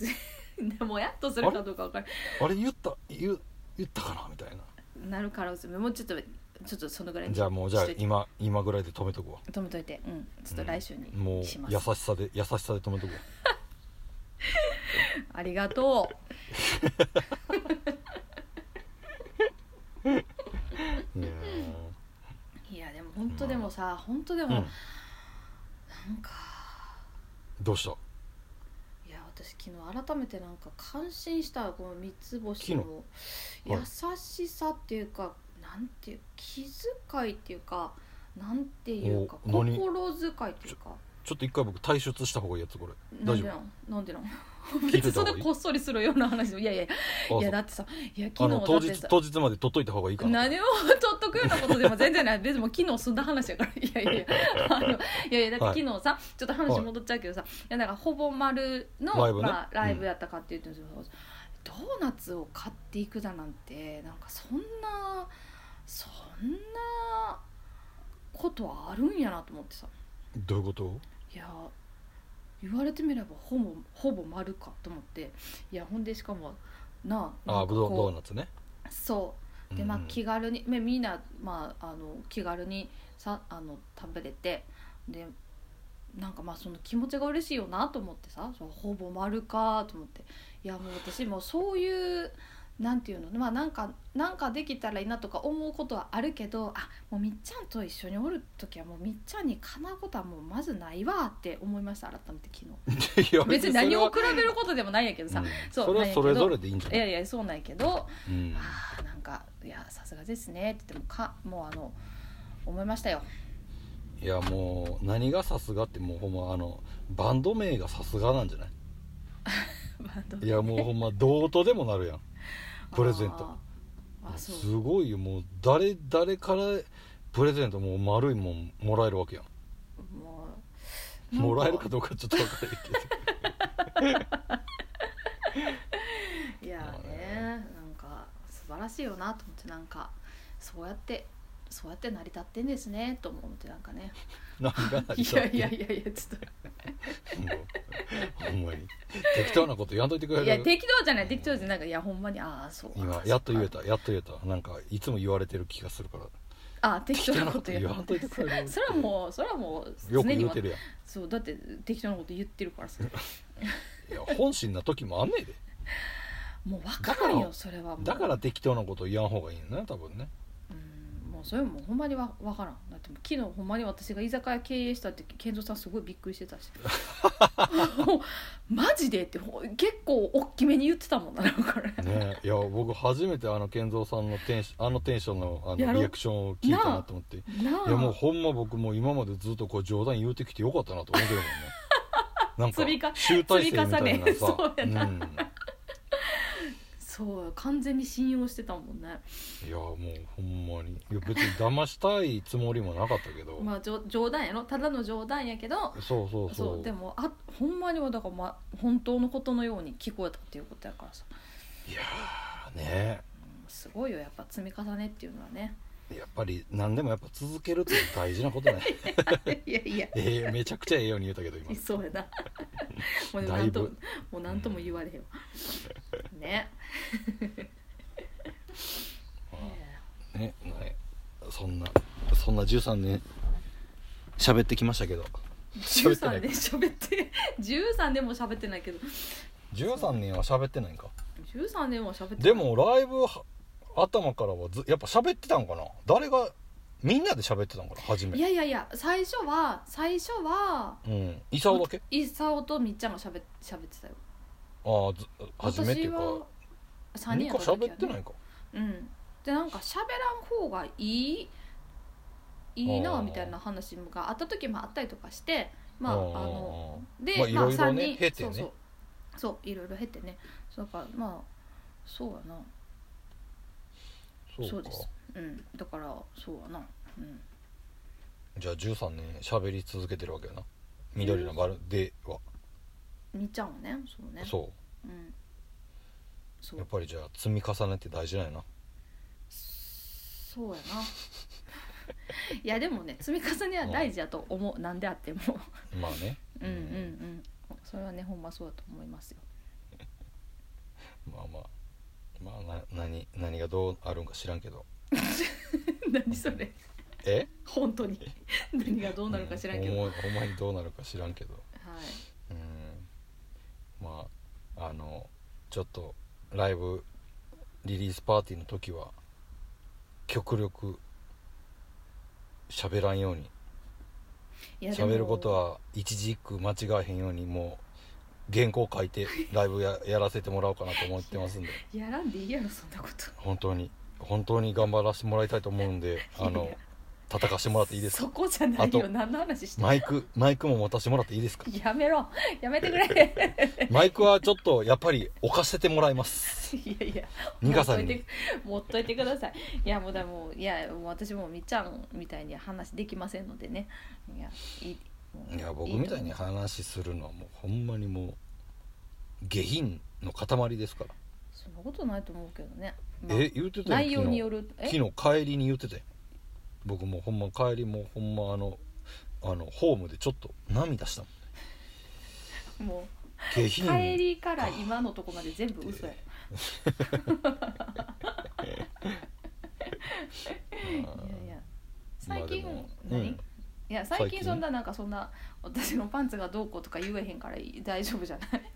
もうやっとするかどうか分から
あれ言った言う言ったかなみたいな
なるからもうちょっとちょっとそのぐらいに
じゃあもうじゃあ
しといて
今今ぐらいで止めとくわ
止めといてうんちょっと来週
もう
にします、
優しさで優しさで止めとくわ
ありがとう
いや
いやでも本当でもさ、本当でも、
ーう
な
ん
んか
どうした
いや私昨日改めてなんか感心したこの三つ星の
日は
優しさっていうか、なんていう気遣いっていうかなんていうか
お
心
何
遣いっていうか
ちょっと一回僕退出した方がいいやつこれ
な
大
んで
丈
なんなんでなん
聞い
別
てた
に
方
そん
が
ない
い
こっそりするような話もいやいやいや
あ
だってさいや
そうあ
昨
の当
日だって
日
さ
当日まで取っといた方がいいかな
何を取っとくようなことでも全然ない別にもう昨日済んだ話やからいやいやいやあのいやいやだって昨日さ、ちょっと話戻っちゃうけどさ、い、やなんかほぼ丸の
ライブね
まあ、ライブやったかって言ってるんですけど、ドーナツを買っていくだなんてなんかそんなそんなことあるんやなと思ってさ
どういうこと
いや言われてみればほぼほぼ丸かと思っていやほんでしかもなあな
あ
んか
ブドウド
こ
ーナツね
うそうでまあ 気軽に、ねみんな、まあ、あの気軽にさあの食べれてでなんかまあその気持ちが嬉しいよなと思ってさそうほぼ丸かと思っていやもう私もうそういうなんていうのまあなんかなんかできたらいいなとか思うことはあるけどあもうみっちゃんと一緒におる時はもうみっちゃんにかなうことはもうまずないわって思いました改めて昨日
いや
別に何を
そ
比べることでもないんやけど
れは
さ、
うん
そう
それはそれぞれでいいんじゃないい
やいやそうなんやけど
うん
あーなんかいやさすがですねって言ってもかもうあの思いましたよ
いやもう何がさすがってもうほんまあのバンド名がさすがなんじゃない
バンド
いやも うほんまどうとでもなるやんプレゼント
あーあそう
すごいよもう誰誰からプレゼントもう丸いもんもらえるわけやん
もうなん
もらえるかどうかちょっと分からないけど
いやねなんか素晴らしいよなと思ってなんかそうやってそうやって成り立ってんですねと思ってなんかね
なんか
いやいやいやいやちょ
もうほ
っ
んまに適当なことやんといてく
と
れ
いや
る
適当じゃない適当じゃないなんかいやほんまにああそう
今やっと言えたやっと言えたなんかいつも言われてる気がするから
ああ適当なこと言
適当なこと言わんといてくれる
それはもうそれはもう
よく
常に
言う
わ
てるや
そうだって適当なこと言ってるからさ
んいや本心な時もあんねえで
もう分からん
だか
よ
ら
それはもう
だから適当なこと言わん方がいいんだね多分ね
うんもうそれもうほんまにわ分からんだってもう昨日ほんまに私が居酒屋経営したって健三さんすごいびっくりしてたしもうマジでってほ結構大きめに言ってたもんななんかね
ねいや僕初めてあの健三さんのテンシあのテンションのあ
や
の
ろ
リアクションを聞いたなと思って
なあ
いやもうほんま僕もう今までずっとこう冗談言うてきてよかったなと思ってるもんね なん
積みか
か集大成みたいなさ
積み重ねそうやな
うん、い
そう完全に信用してたもんね
やもうほんまにいや別に騙したいつもりもなかったけど、
まあじょ冗談やろただの冗談やけど
そうそう
そ
そうう
でもあほんまにはだから、ま、本当のことのように聞こえたっていうことやからさ
いやーね
すごいよやっぱ積み重ねっていうのはね
やっぱり何でもやっぱ続けるって大事なことね
いやいや
ええめちゃくちゃええように言うたけど今
そ うやなもう
だ
ないんと
ぶ
もうなんとも言われへんわ、 ね
ねねそんなそんな13年喋ってきましたけど喋ってな
13
い
で喋って13でも喋ってないけど
13年は喋ってないんか
13でも喋ってない
でもライブは頭からはずやっぱ喋ってたんかな誰がみんなで喋ってたんかな初め
いやいやいや最初は最初は
うん伊沢だけ
イサオとみっちゃんが喋喋ってたよ
ああず初めっていうか
3人
2
や
個
った時
喋
は
ってない
ね
か
うんでなんか喋らん方がいいいい
あ
な
ー
みたいな話があった時もあったりとかしてまああので、
まあいろいろね
三人
経てね
そうそうそういろいろ経てねそうだからまあそうやな
あ
そ
ー
う
そうか
ですうんだからそうやなうん
じゃあ13年喋り続けてるわけやな緑の丸では
みっちゃんはねそうね、
そう
ん、そう
やっ
う
ぱりじゃあ積み重ねって大事なんやな
そうやな いやでもね積み重ねは大事やと思うなんであっても
まあね
うんうんうんそれはねほんまそうだと思いますよ
まあまあまあな何何がどうあるんか知らんけど
何それ
え
本当 に何がどうなるか知らんけど、
う
はい、
ほんまほんまにどうなるか知らんけどうんまああのちょっとライブリリースパーティーの時は極力喋らんように
いやでも
喋ることは一字一句間違えへんようにもう原稿書いてライブややらせてもらおうかなと思ってますんで
やらんでいいやろそんなこと
本当に本当に頑張らせてもらいたいと思うんであ
いやい
の
や
叩かしてもらっていい です
そ
か
こじゃない
あ
よ
と
何の話してんの
マイクマイクも持たせてもらっていいですか
やめろやめてくれ
マイクはちょっとやっぱり置かせてもらい ます
いやいや
ニカさ
持っ
ん
とい
に
て持っといてくださいいやもうだもういやもう私もみっちゃんみたいに話できませんのでねいやいいもう
いや僕みたいに
と思
話するのはもうほんまにもう下品の塊ですから、
うそんなことないと思うけどね、まあ
え言ってた
内
よ昨
容に
日
よるえ
昨日帰りに言ってたよ僕もうほんま帰りもうほんまあのあのホームでちょっと涙したもん
も
下
う帰
品
りから今のとこまで全部嘘やいやいや最近、
まあでも
何、
うん
いや最
最
近
近
そんななんかそんな私のパンツがどうこうとか言えへんから大丈夫じゃない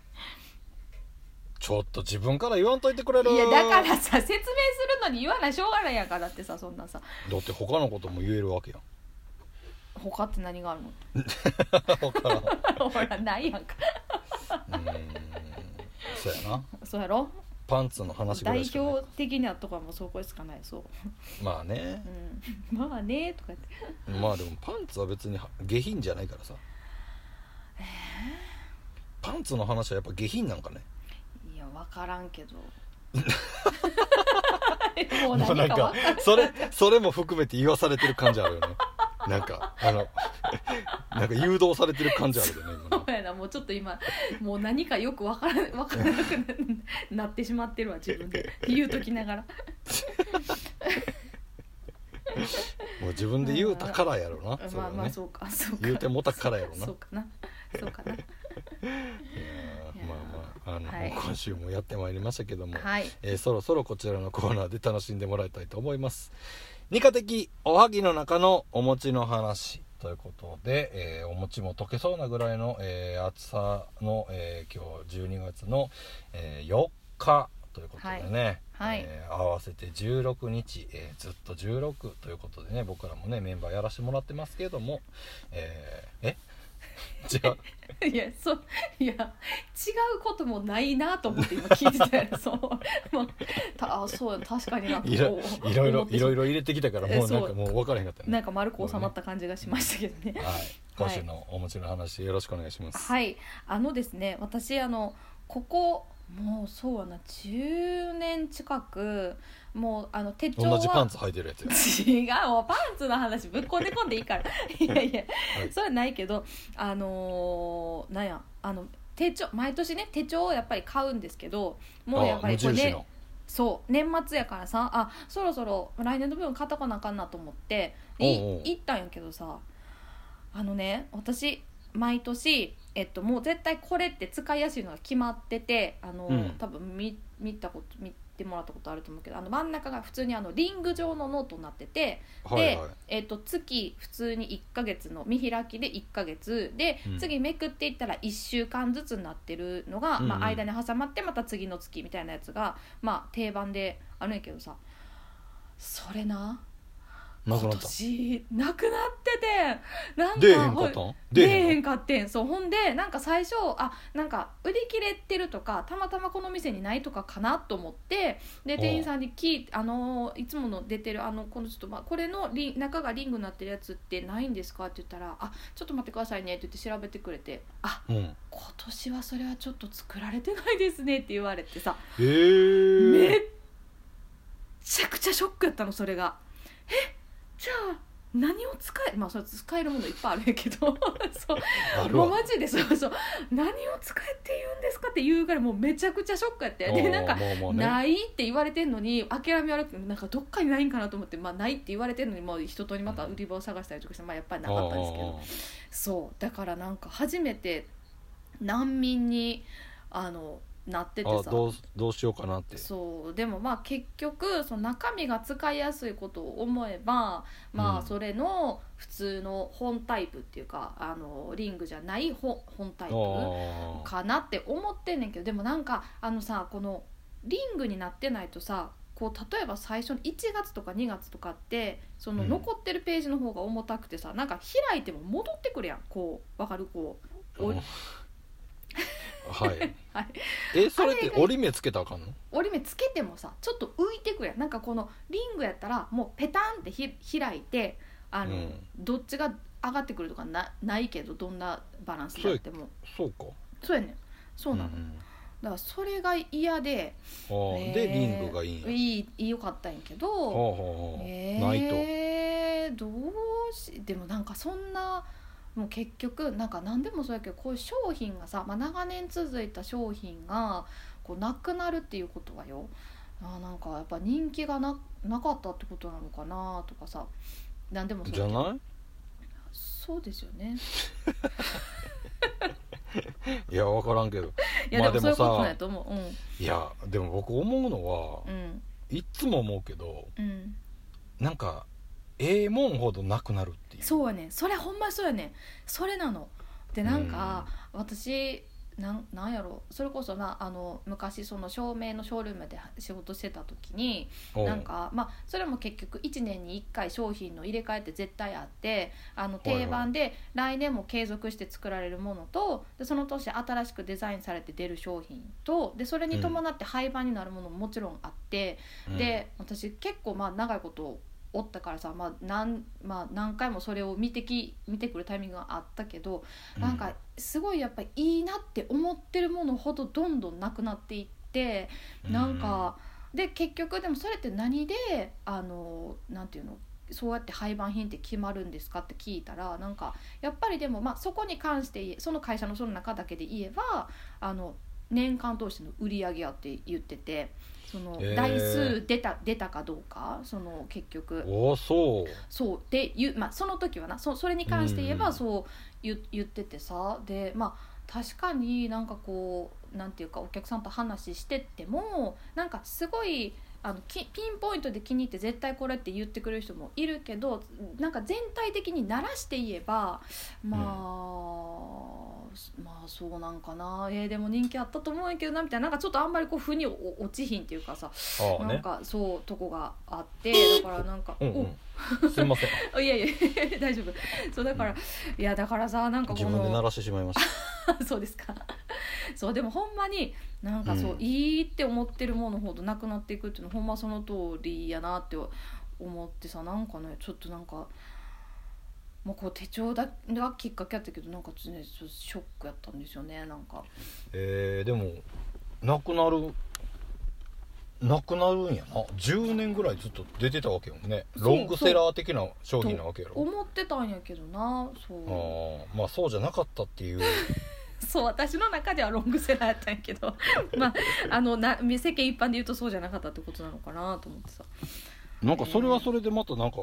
ちょっと自分から言わんといてくれる
いやだからさ説明するのに言わないしょうがないやんかだってさそんなさ
だって他のことも言えるわけやん
他って何があるの
分からんう
ほらないやんか
ーんそうやな
そうやろ
パンツの話ぐら
代
いしかない
表的なとかもそこしかないそう、
まあね
うん、 まあねとか言って
まあでもパンツは別には下品じゃないからさパンツの話はやっぱ下品なんかね
いや分からん けどもう何かわ
それそれも含めて言わされてる感じあるよねなんかあの なんか誘導されてる感じあるよね今
そうやなもうちょっと今もう何かよくわからわからなくななってしまってるわ自分 で言うときながら
ねもう自分で言うたからやろな、それ
まあ
は
まあ
ね
そうかそうか
言うてもたからやろな
そうかなそうか ない
やー
いやー
まあまああの、
はい
今週もやってまいりましたけども、
はい
えーそろそろこちらのコーナーで楽しんでもらいたいと思います。二課的おはぎの中のお餅の話ということで、えーお餅も溶けそうなぐらいの、えー厚さの、えー今日12月の、えー4日ということでね、
はいはい
えー合わせて16日、えーずっと16ということでね僕らもねメンバーやらせてもらってますけども、えーえ 違う
いやそういや違うこともないなと思って今聞いて たやろそう、まあ、たあそうや確かになと
いろいろいろいろい
ろ
ろ入れてきたからもうなんかもう分からへんかったね。
なんか丸く収まった感じがしましたけどね
はい、今週のお持ちの話よろしくお願いします。
はい、あのですね、私あのここもうそうやな10年近くもうあの手帳は
同じパンツ履いてるやつや。
違うもうパンツの話ぶっこんでこんでいいからいやいや、
はい
それはないけどあのーなんやあの手帳毎年ね手帳をやっぱり買うんですけどもうやっぱり
あ
これ
無印
ね
の。
そう年末やからさあそろそろ来年の分買っとかなあかんなと思ってい
おうおう
行ったんやけどさあのね私毎年、えっと、もう絶対これって使いやすいのが決まっててあの、
うん
多分見見たこと見てもらったことあると思うけどあの真ん中が普通にあのリング状のノートになってて、
はいはい
で、えっと、月普通に1ヶ月の見開きで1ヶ月で、
うん
次めくっていったら1週間ずつになってるのが、
うんうん
まあ、間に挟まってまた次の月みたいなやつが、まあ、定番であるんやけどさそれな
なくな
今
った。
年なくなっててなんか
出えへんかったん出
出え
え
へ
へん
んかってんそうほんでなんか最初あなんか売り切れてるとかたまたまこの店にないとかかなと思ってで
おう
店員さんに聞いて、あのーいつもの出てるあのこのちょっと、まあ、これのリン中がリングになってるやつってないんですか?」って言ったら「あちょっと待ってくださいね」って言って調べてくれて「あ
のうん。
今年はそれはちょっと作られてないですね」って言われてさ
え
めっ
ー。
ちゃくちゃショックやったのそれがえじゃあ何を使えまあそれ使えるものいっぱいあるんやけど そう
ある
もう
わ。
マジでそうそう何を使えって言うんですかって言うからもうめちゃくちゃショックやって
お
で
ー
なんか
まあまあね
ないって言われてんのに諦め悪くなんかどっかにないんかなと思って、まあ、ないって言われてんのにもう一通りまた売り場を探したりとかして、まあ、やっぱりなかったんですけどそうだからなんか初めて難民にあのなって
あ
てさ
どうどうしようかなって
そうでもまあ結局その中身が使いやすいことを思えばま
う
あ
ん
それの普通の本タイプっていうかあのリングじゃない本本タイプ
ああ
かなって思ってんねんけどでもなんかあのさこのリングになってないとさこう例えば最初の1月とか2月とかってその
うん
残ってるページの方が重たくてさ、なんか開いても戻ってくるやんこうわかるこうお
うんはい、
はい
えそれって折り目つけたらあかんの
折り目つけてもさちょっと浮いてくるやんなんかこのリングやったらもうペタンってひ開いてあの、
うん
どっちが上がってくるとかなないけどどんなバランスになっても
そうか
そうやねんそうなの、
ん
だ
ん
からそれが嫌で
あー
ね
でリングがいいんや
いいいいよかったんやけ
あ
ど
あ
え
ないと
えどうしでもなんかそんなもう結局なんか何でもそうやけどこういう商品がさ、まあ、長年続いた商品がこうなくなるっていうことはよあーなんかやっぱ人気がななかったってことなのかなとかさ何でもそう
じゃ
やけど
な
そうですよ ね
いいや分からんけど
いや、
まあ
でもそういうこと
でもさ
なんやと思う
いやでも僕思うのは
うんうん
いっつも思うけど
うん
なんかええもんほどなくなるっていう
そうやねんそれほんまそうやねんそれなのでなんか、私なんなんやろそれこそなあの昔その照明のショールームで仕事してた時に
おう
なんかまあそれも結局1年に1回商品の入れ替えって絶対あってあの
いはい
定番で来年も継続して作られるものとでその年新しくデザインされて出る商品とでそれに伴って廃盤になるものももちろんあって、
うん
で私結構まあ長いことおったからさ、まあなんまあ、何回もそれを見てき見てくるタイミングがあったけど、
う
なんかすごいやっぱりいいなって思ってるものほどどんどんなくなっていって、なんかで結局でもそれって何であのなんていうのそうやって廃盤品って決まるんですかって聞いたらなんかやっぱりでも、まあ、そこに関して言えその会社のその中だけで言えばあの年間通しての売り上げやって言っててその
へー
台数出た出たかどうかその結局
おおそう
そうで言う、まあ、その時はなそそれに関して言え
うんう
ば
ん
そう言言っててさでまあ確かになんかこうなんていうかお客さんと話してってもなんかすごいあのきピンポイントで気に入って絶対これって言ってくれる人もいるけどなんか全体的に慣らして言えばまあ、まあそうなんかなえーでも人気あったと思うんやけどなみたいななんかちょっとあんまりこう腑に落落ちひんっていうかさ、
ああ
なん
ね
かそうとこがあってだからなんか、
う
お
んうんすいません
あいやい や大丈夫そうだから、
う
いやだからさなんか
自
こ
分で鳴
の
らしてしまいました
そうですかそうでもほんまになんかそう、
うん
いいって思ってるものほどなくなっていくっていうのほんまその通りやなって思ってさなんかねちょっとなんか、まあ、こう手帳だがきっかけやったけどなんかちょっとねちょっとショックやったんですよねなんか
えーでもなくなるなくなるんやな10年ぐらいずっと出てたわけよね
そうそう
ロングセラー的な商品なわけやろ
思ってたんやけどなそう
ああまあそうじゃなかったっていう
そう私の中ではロングセラーやったんやけど まああのな世間一般で言うとそうじゃなかったってことなのかなと思ってさ
なんかそれはそれでまたなんか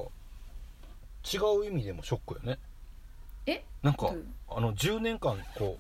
違う意味でもショックやね
え
なんか
どういう
あの10年間こ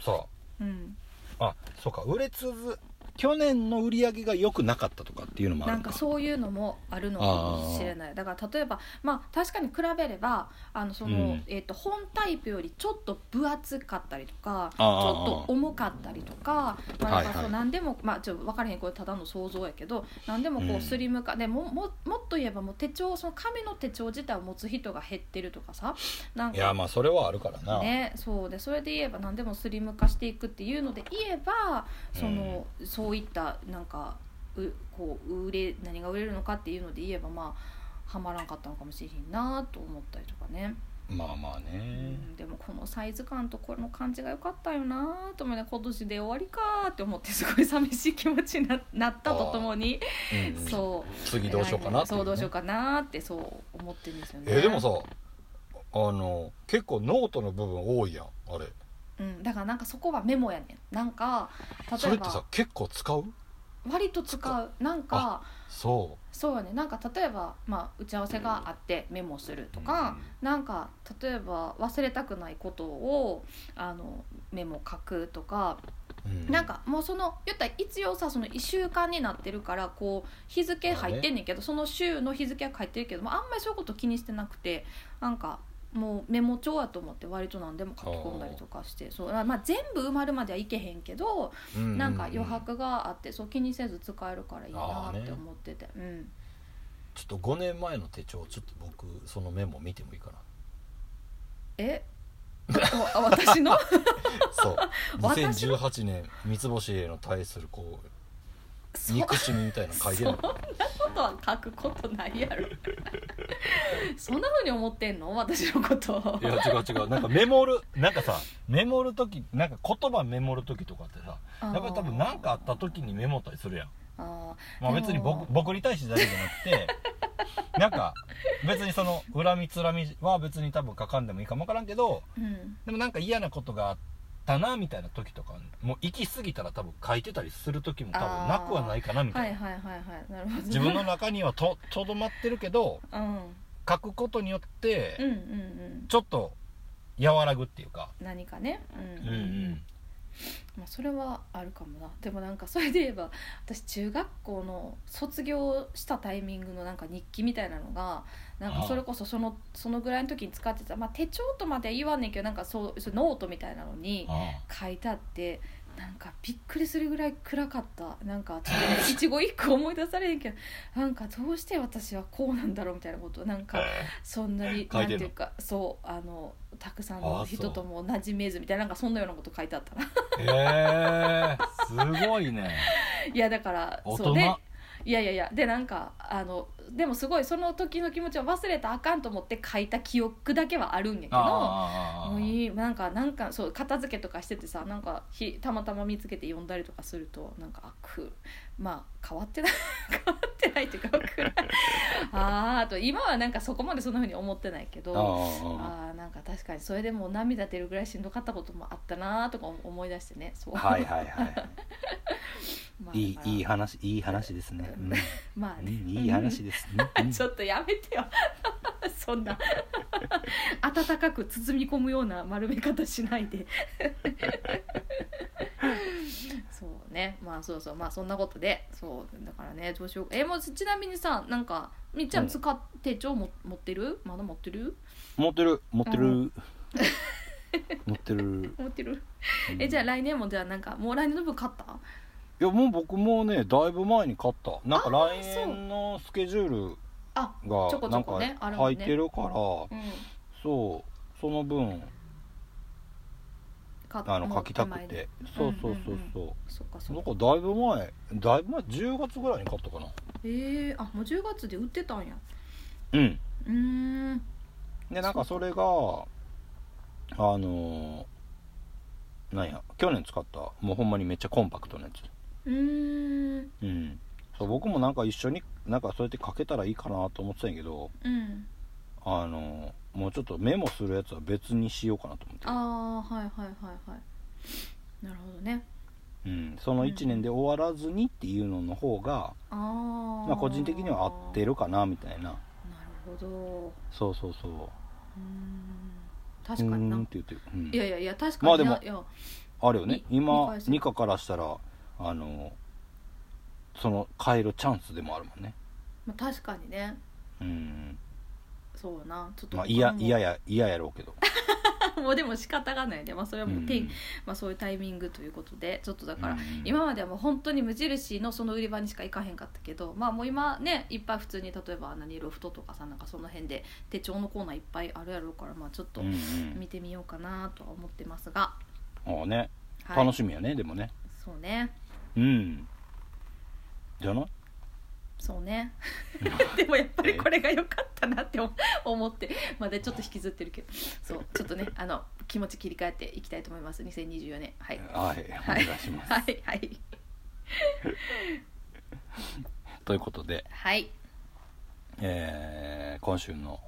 うさ
うん
あそうか売れ続去年の売り上げが良くなかったとかっていうのもあ
な
る
ん
のか
かそういうのもあるのかもしれないだから例えばまあ確かに比べればあのその、
うん
えー、と本タイプよりちょっと分厚かったりとかち
あー
ょっと重かったりとかまあ、
は
な
は
いん
い
かそう何でも、まあ、ちょっと分からへんこれただの想像やけど何でもこ
うん
うスリム化、でもももっと言えばもう手帳その紙の手帳自体を持つ人が減ってるとかさなん
いや
か
まあそれはあるからな、
ね、そうでそれで言えば何でもスリム化していくっていうので言えばその、そういったなんかうこう売れ何が売れるのかっていうので言えばまあはまらんかったのかもしれへんなと思ったりとかね、
まあまあ
う
ね
ん、でもこのサイズ感とこの感じが良かったよなと思って今年で終わりかって思ってすごい寂しい気持ち にななったとともに
うんうん
そう
次どうしようかなってい
そうどうしよう
ね
かなってそう思ってるんですよね
えーでもさあの結構ノートの部分多いやんあれ
うん、だからなんかそこはメモやねんなんか例えば
それってさ結構使う
割と使うなんか
そ
そうよねなんか例えば、まあ、打ち合わせがあってメモする
う
とか、なんか例えば忘れたくないことをあのメモ書くとか
うん
なんかもうその言ったら一応さその1週間になってるからこう日付入ってんねんけどその週の日付は入ってるけどもあんまりそういうこと気にしてなくてなんかもうメモ帳やと思って割と何でも書き込んだりとかしてそう、まあ、全部埋まるまではいけへんけどなんか余白があってそう気にせず使えるからいいな
あー
っ
ね
て思ってて、うん
ちょっと5年前の手帳ちょっと僕そのメモ見てもいいかな
え おあ 私の
そう
私
2018年三つ星への対するこう
そ
憎しみみたいなの書いてない
そんなことは書くことないやろ そんなふうに思ってんの私のこと
いや違う違うなんかメモるなんかさメモる時なんか言葉メモる時とかってさやっぱり多分何かあった時にメモったりするやん
あ
まあ別に
でも
僕僕に対してだけじゃなくてなんか別にその恨みつらみは別に多分書かんでもいいかもわからんけど
ーうん
でもなんか嫌なことがあったなみたいな時とかもう行き過ぎたら多分書いてたりする時も多分なくはないかなみた
はいい
な
はいはいはいなるほど
自分の中にはととどまってるけど
うん
書くことによって
うんうんうん
ちょっと和らぐっていうか、
何かねうん
うんうん
まあ、それはあるかもなでもなんかそれで言えば私中学校の卒業したタイミングのなんか日記みたいなのがなんかそれこそそのそのぐらいの時に使ってた、まあ、手帳とまでは言わんねんけどなんかそうそうノートみたいなのに
あ
書いてあってなんかびっくりするぐらい暗かったなんかちょっとね一期一会思い出されへんけど なんかどうして私はこうなんだろうみたいなことなんかそんなに
書
ないん
てん
て
の
いうかそうあのたくさん
あ
の
ーそう
人とも馴染めずみたいななんかそんなようなこと書いてあったな
へえすごいね
いやだから
大
そ
人
うでいやいやいやでなんかあのでもすごいその時の気持ちを忘れたらあかんと思って書いた記憶だけはあるんやけど。
あ
もういいなんかなんかそう片付けとかしててさなんかひたまたま見つけて読んだりとかするとなんかあくまあ変わってない 変わってないっていうか 暗いああと今はなんかそこまでそんなふうに思ってないけ
あ
ど
あ
あーなんか確かにそれでもう涙出るぐらいしんどかったこともあったなーとか思い出してねそう、
ああはいはいは
まあ
いい
だから
いいい話いい話ですね、うん
まあ
う
ね
ん、いい話ですね、うん
ちょっとやめてよ そんな温かく包み込むような丸め方しないでそうねまあそうそうまあそんなことでそうだからねどうしようえもうちなみにさなんかみっちゃん使って手帳も持ってるまだ持ってる
持ってる持って
う
る持ってる
持ってるえじゃあ来年もじゃあなんかもう来年の分買った
いやもう僕もねだいぶ前に買ったなんか来
そう
年のスケジュール
あちょ
が
こち
な
ょ
ん
こ
か
ねあるもん
入っ
ね
てるから
うん
そうその分
買っ
あの
もう
書きたく
手前で
てそうそうそうそう,、
そっかそ
な
っ
ん
か
かだいぶ前だいぶ前10月ぐらいに買ったかな
ええあもう10月で売ってたんや
うん
うーん
でなんかそれがあのーなんや去年使ったもうほんまにめっちゃコンパクトなやつ
うーん
うんそう僕もなんか一緒になんかそうやって書けたらいいかなと思ってたんやけど
うん
あのーもうちょっとメモするやつは別にしようかなと思って
ああはいはいはいはいなるほどね
うん、その1年で終わらずにっていうのの方が、
ああ
まあ、個人的には合って
なる
るかなみたいな
ほどう
そうそうそう
ーん
う
確かに
ー
なん
って言って、うん
いやいやいや確かに
まあでも
いやいや
あるよね
に見
今
返せる
ニカからしたらあのその変えるチャンスでもあるもんね
まあ、確かにね
うん
そうやなちょっと
まあ嫌
僕も
嫌や嫌やろうけど
もうでも仕方がないねまあそれはもう、天
うん
まあ、そういうタイミングということでちょっとだから、
うん
今まではもう本当に無印のその売り場にしか行かへんかったけどまあもう今ねいっぱい普通に例えば何ロフトとかさなんかその辺で手帳のコーナーいっぱいあるやろうからまあちょっと
うんうん
見てみようかなとは思ってますが、
ああね
はい、
楽しみやね、でもね
そうね
うんじゃない
そう ねでもやっぱりこれが良かったなって思思ってまだちょっと引きずってるけどそうちょっとねあの気持ち切り替えていきたいと思います2024年はい
はい、
はい
お願い します、
はいはい
ということで、
はい
えー今週の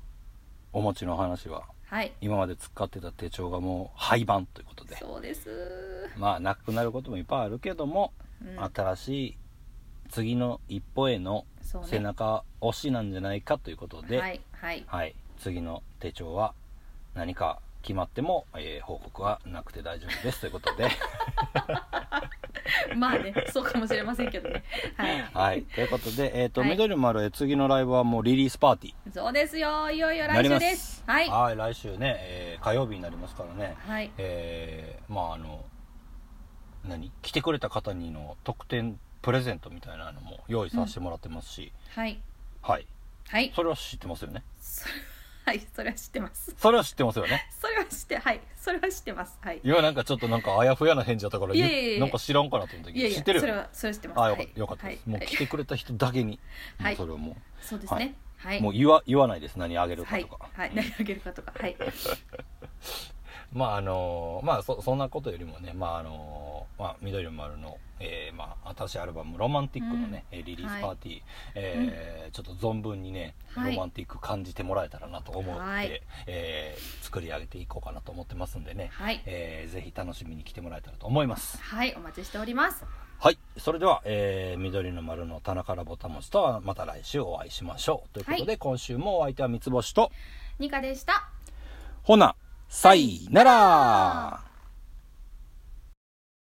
お餅の話は
はい
今まで使ってた手帳がもう廃盤ということで
そうです、
まあなくなることもいっぱいあるけども、
うん、
新しい次の一歩への
そうね
背中押しなんじゃないかということで、
はいはい
はい次の手帳は何か決まっても、えー報告はなくて大丈夫ですという ことで
まあねそうかもしれませんけどねはい
はいということで、えーと
はい
緑の丸へ次のライブはもうリリースパーティー
そうですよいよいよ
にな
来
り
週
ま
ですはい
はい来週ね、えー火曜日になりますからね
はい
えーまああの何来てくれた方にの特典プレゼントみたいなのも用意させてもらってますし、
はい
はい
はい
それは知ってますよね
それはいそれは知ってます
それは知ってますよね
それは知ってはいそれは知ってますはい
今なんかちょっとなんかあやふやな返事だったから
いやいやいやいや
なんか知らんかなと思ったけど
いやいや
知ってる
そ
よ
れ
ね
はそれは知ってます
あ
は
よ
い
かったよかったです、
はい
もう来てくれた人だけに、
は
も
いう
それはも
そうですねは
う,、
い
もう言わ言わないです何あげる
は
か
い
とか、
はい何あげるかとかはい
まああのまあそそんなことよりもねまああのまあ緑の丸の、えーまあ、新しいアルバム「ロマンティック」のね、えーリリースパーティー、えーちょっと存分にね、
はい
ロマンティック感じてもらえたらなと思って、
はい
えー作り上げていこうかなと思ってますんでね、
はい
えーぜひ楽しみに来てもらえたらと思います
はいお待ちしております
はいそれでは、えー緑の丸の田中ラボタモチとはまた来週お会いしましょうということで、
は
今週もお相手は三つ星と
ニカでした
ほなさいなら、
さいなら